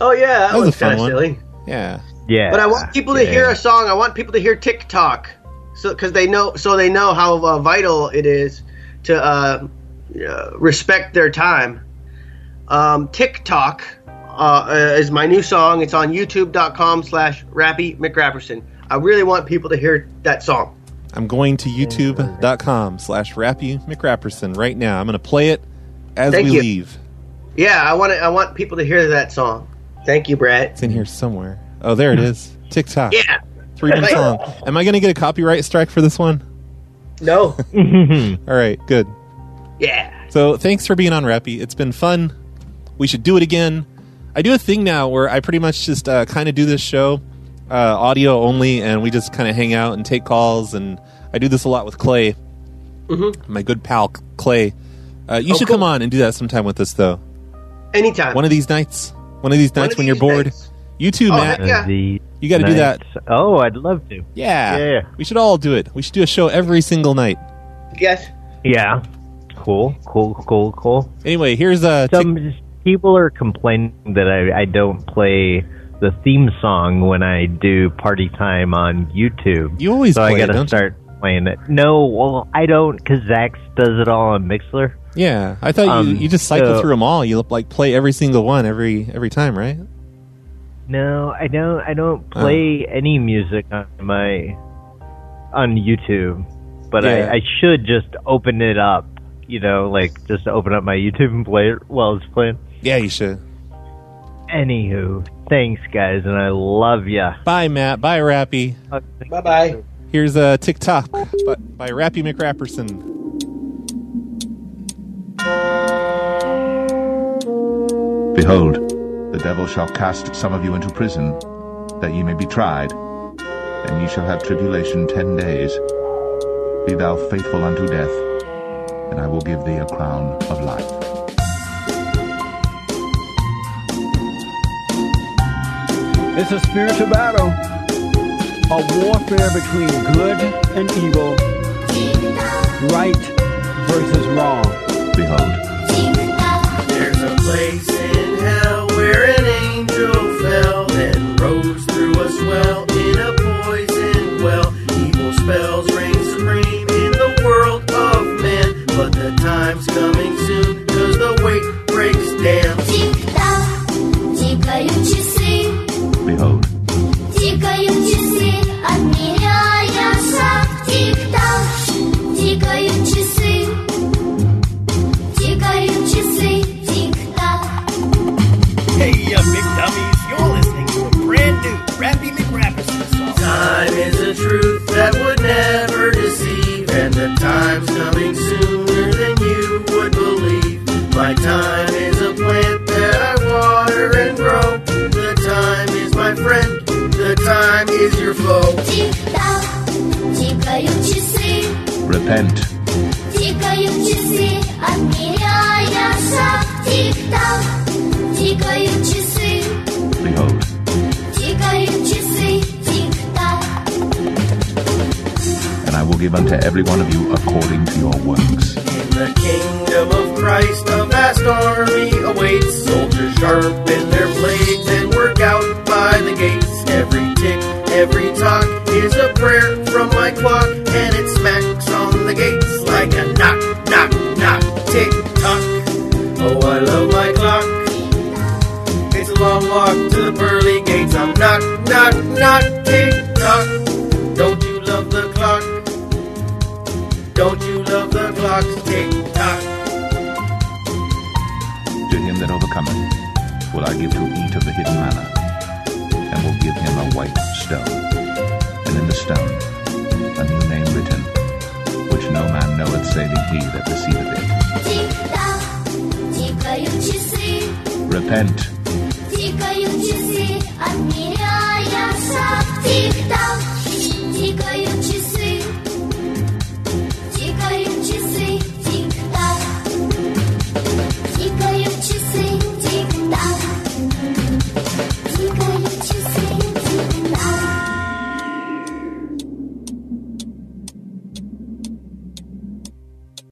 Oh yeah, that,
That was a
was
fun
kind of
one.
silly.
Yeah. Yeah.
But I want people to hear a song. I want people to hear TikTok, so because they know, so they know how uh, vital it is to uh, uh, respect their time. Um, TikTok uh, uh, is my new song. It's on YouTube.com/slash Rappy McRapperson. I really want people to hear that song.
I'm going to youtube.com slash Rappy McRapperson right now. I'm going to play it as
Thank
we
you.
leave.
Yeah, I want to, I want people to hear that song. Thank you, Brad.
It's in here somewhere. Oh, there it is. TikTok.
Yeah.
Three minutes long. Am I going to get a copyright strike for this one?
No.
[LAUGHS] all right, good.
Yeah.
So thanks for being on, Rappy. It's been fun. We should do it again. I do a thing now where I pretty much just uh, kind of do this show uh, audio only, and we just kind of hang out and take calls. And I do this a lot with Clay, my good pal C- Clay. Uh, you
Mm-hmm. Oh,
should come on and do that sometime with us, though.
Anytime.
One of these nights. Uh, One of these nights when you're bored. You too,
Oh,
Matt.
heck yeah.
You got to do that.
Oh, I'd love to.
Yeah.
Yeah.
We should all do it. We should do a show every single night.
Yes.
Yeah. Cool, cool, cool, cool.
Anyway, here's uh, a.
Some people are complaining that I, I don't play the theme song when I do party time on YouTube.
You always
so
play
I
it,
gotta
don't you?
start playing it. No, well, I don't because Zax does it all on Mixler.
Yeah, I thought
Um,
you, you just cycle
so-
through them all. You like play every single one every every time, right? Uh,
No, I don't. I don't
Oh.
play any music on my on YouTube, but
Yeah.
I, I should just open it up. You know, like just open up my YouTube and play it while it's playing.
Yeah, you should.
Anywho, thanks guys, and I love ya.
Bye, Matt. Bye, Rappy.
Bye bye.
Here's a TikTok by, by Rappy McRapperson.
[LAUGHS] Behold, The devil shall cast some of you into prison, that ye may be tried, and ye shall have tribulation ten days. Be thou faithful unto death, and I will give thee a crown of life.
It's a spiritual battle, a warfare between good and evil, right versus wrong.
Behold,
There's a place in hell where an angel fell and rose through a swell in a poison well. Evil spells reign supreme in the world of man, but the time's coming soon, cause the wait breaks down.
Тикающий
behold,
часы, отмеряя шаг. Тик-так, тикают часы. Тикают часы, тик-так.
Hey, you big dummies, you're listening to a brand new Rappy McRapperson song. Time is a truth that would never deceive, and the time's coming sooner than you would believe. My time is a plant that I water and grow. The time is my friend, the time is your foe.
Тик-так, тикают часы.
repent,
Тикают часы, отмеряя шаг. Тик-так, тикают часы.
behold,
Тикают часы, тик-так.
and I will give unto every one of you according to your works.
In the kingdom of Christ, a vast army awaits. Soldiers sharpen their blades and work out by the gates. Every tick, every tock is a prayer from my clock, and it smacks on the gates like a knock, knock, knock, tick tock. Oh, I love my clock. It's a long walk to the pearly gates. I'm knock, knock, knock, tick tock. Don't you love the clock? Don't you love the clock? Tick tock.
To him that overcometh will I give to eat of the hidden manna, and will give him a white stone, and in the stone a new name written, which no man knoweth saving he that receiveth it.
Тик-так, тикают часы.
Repent,
Тикают часы, отмеряя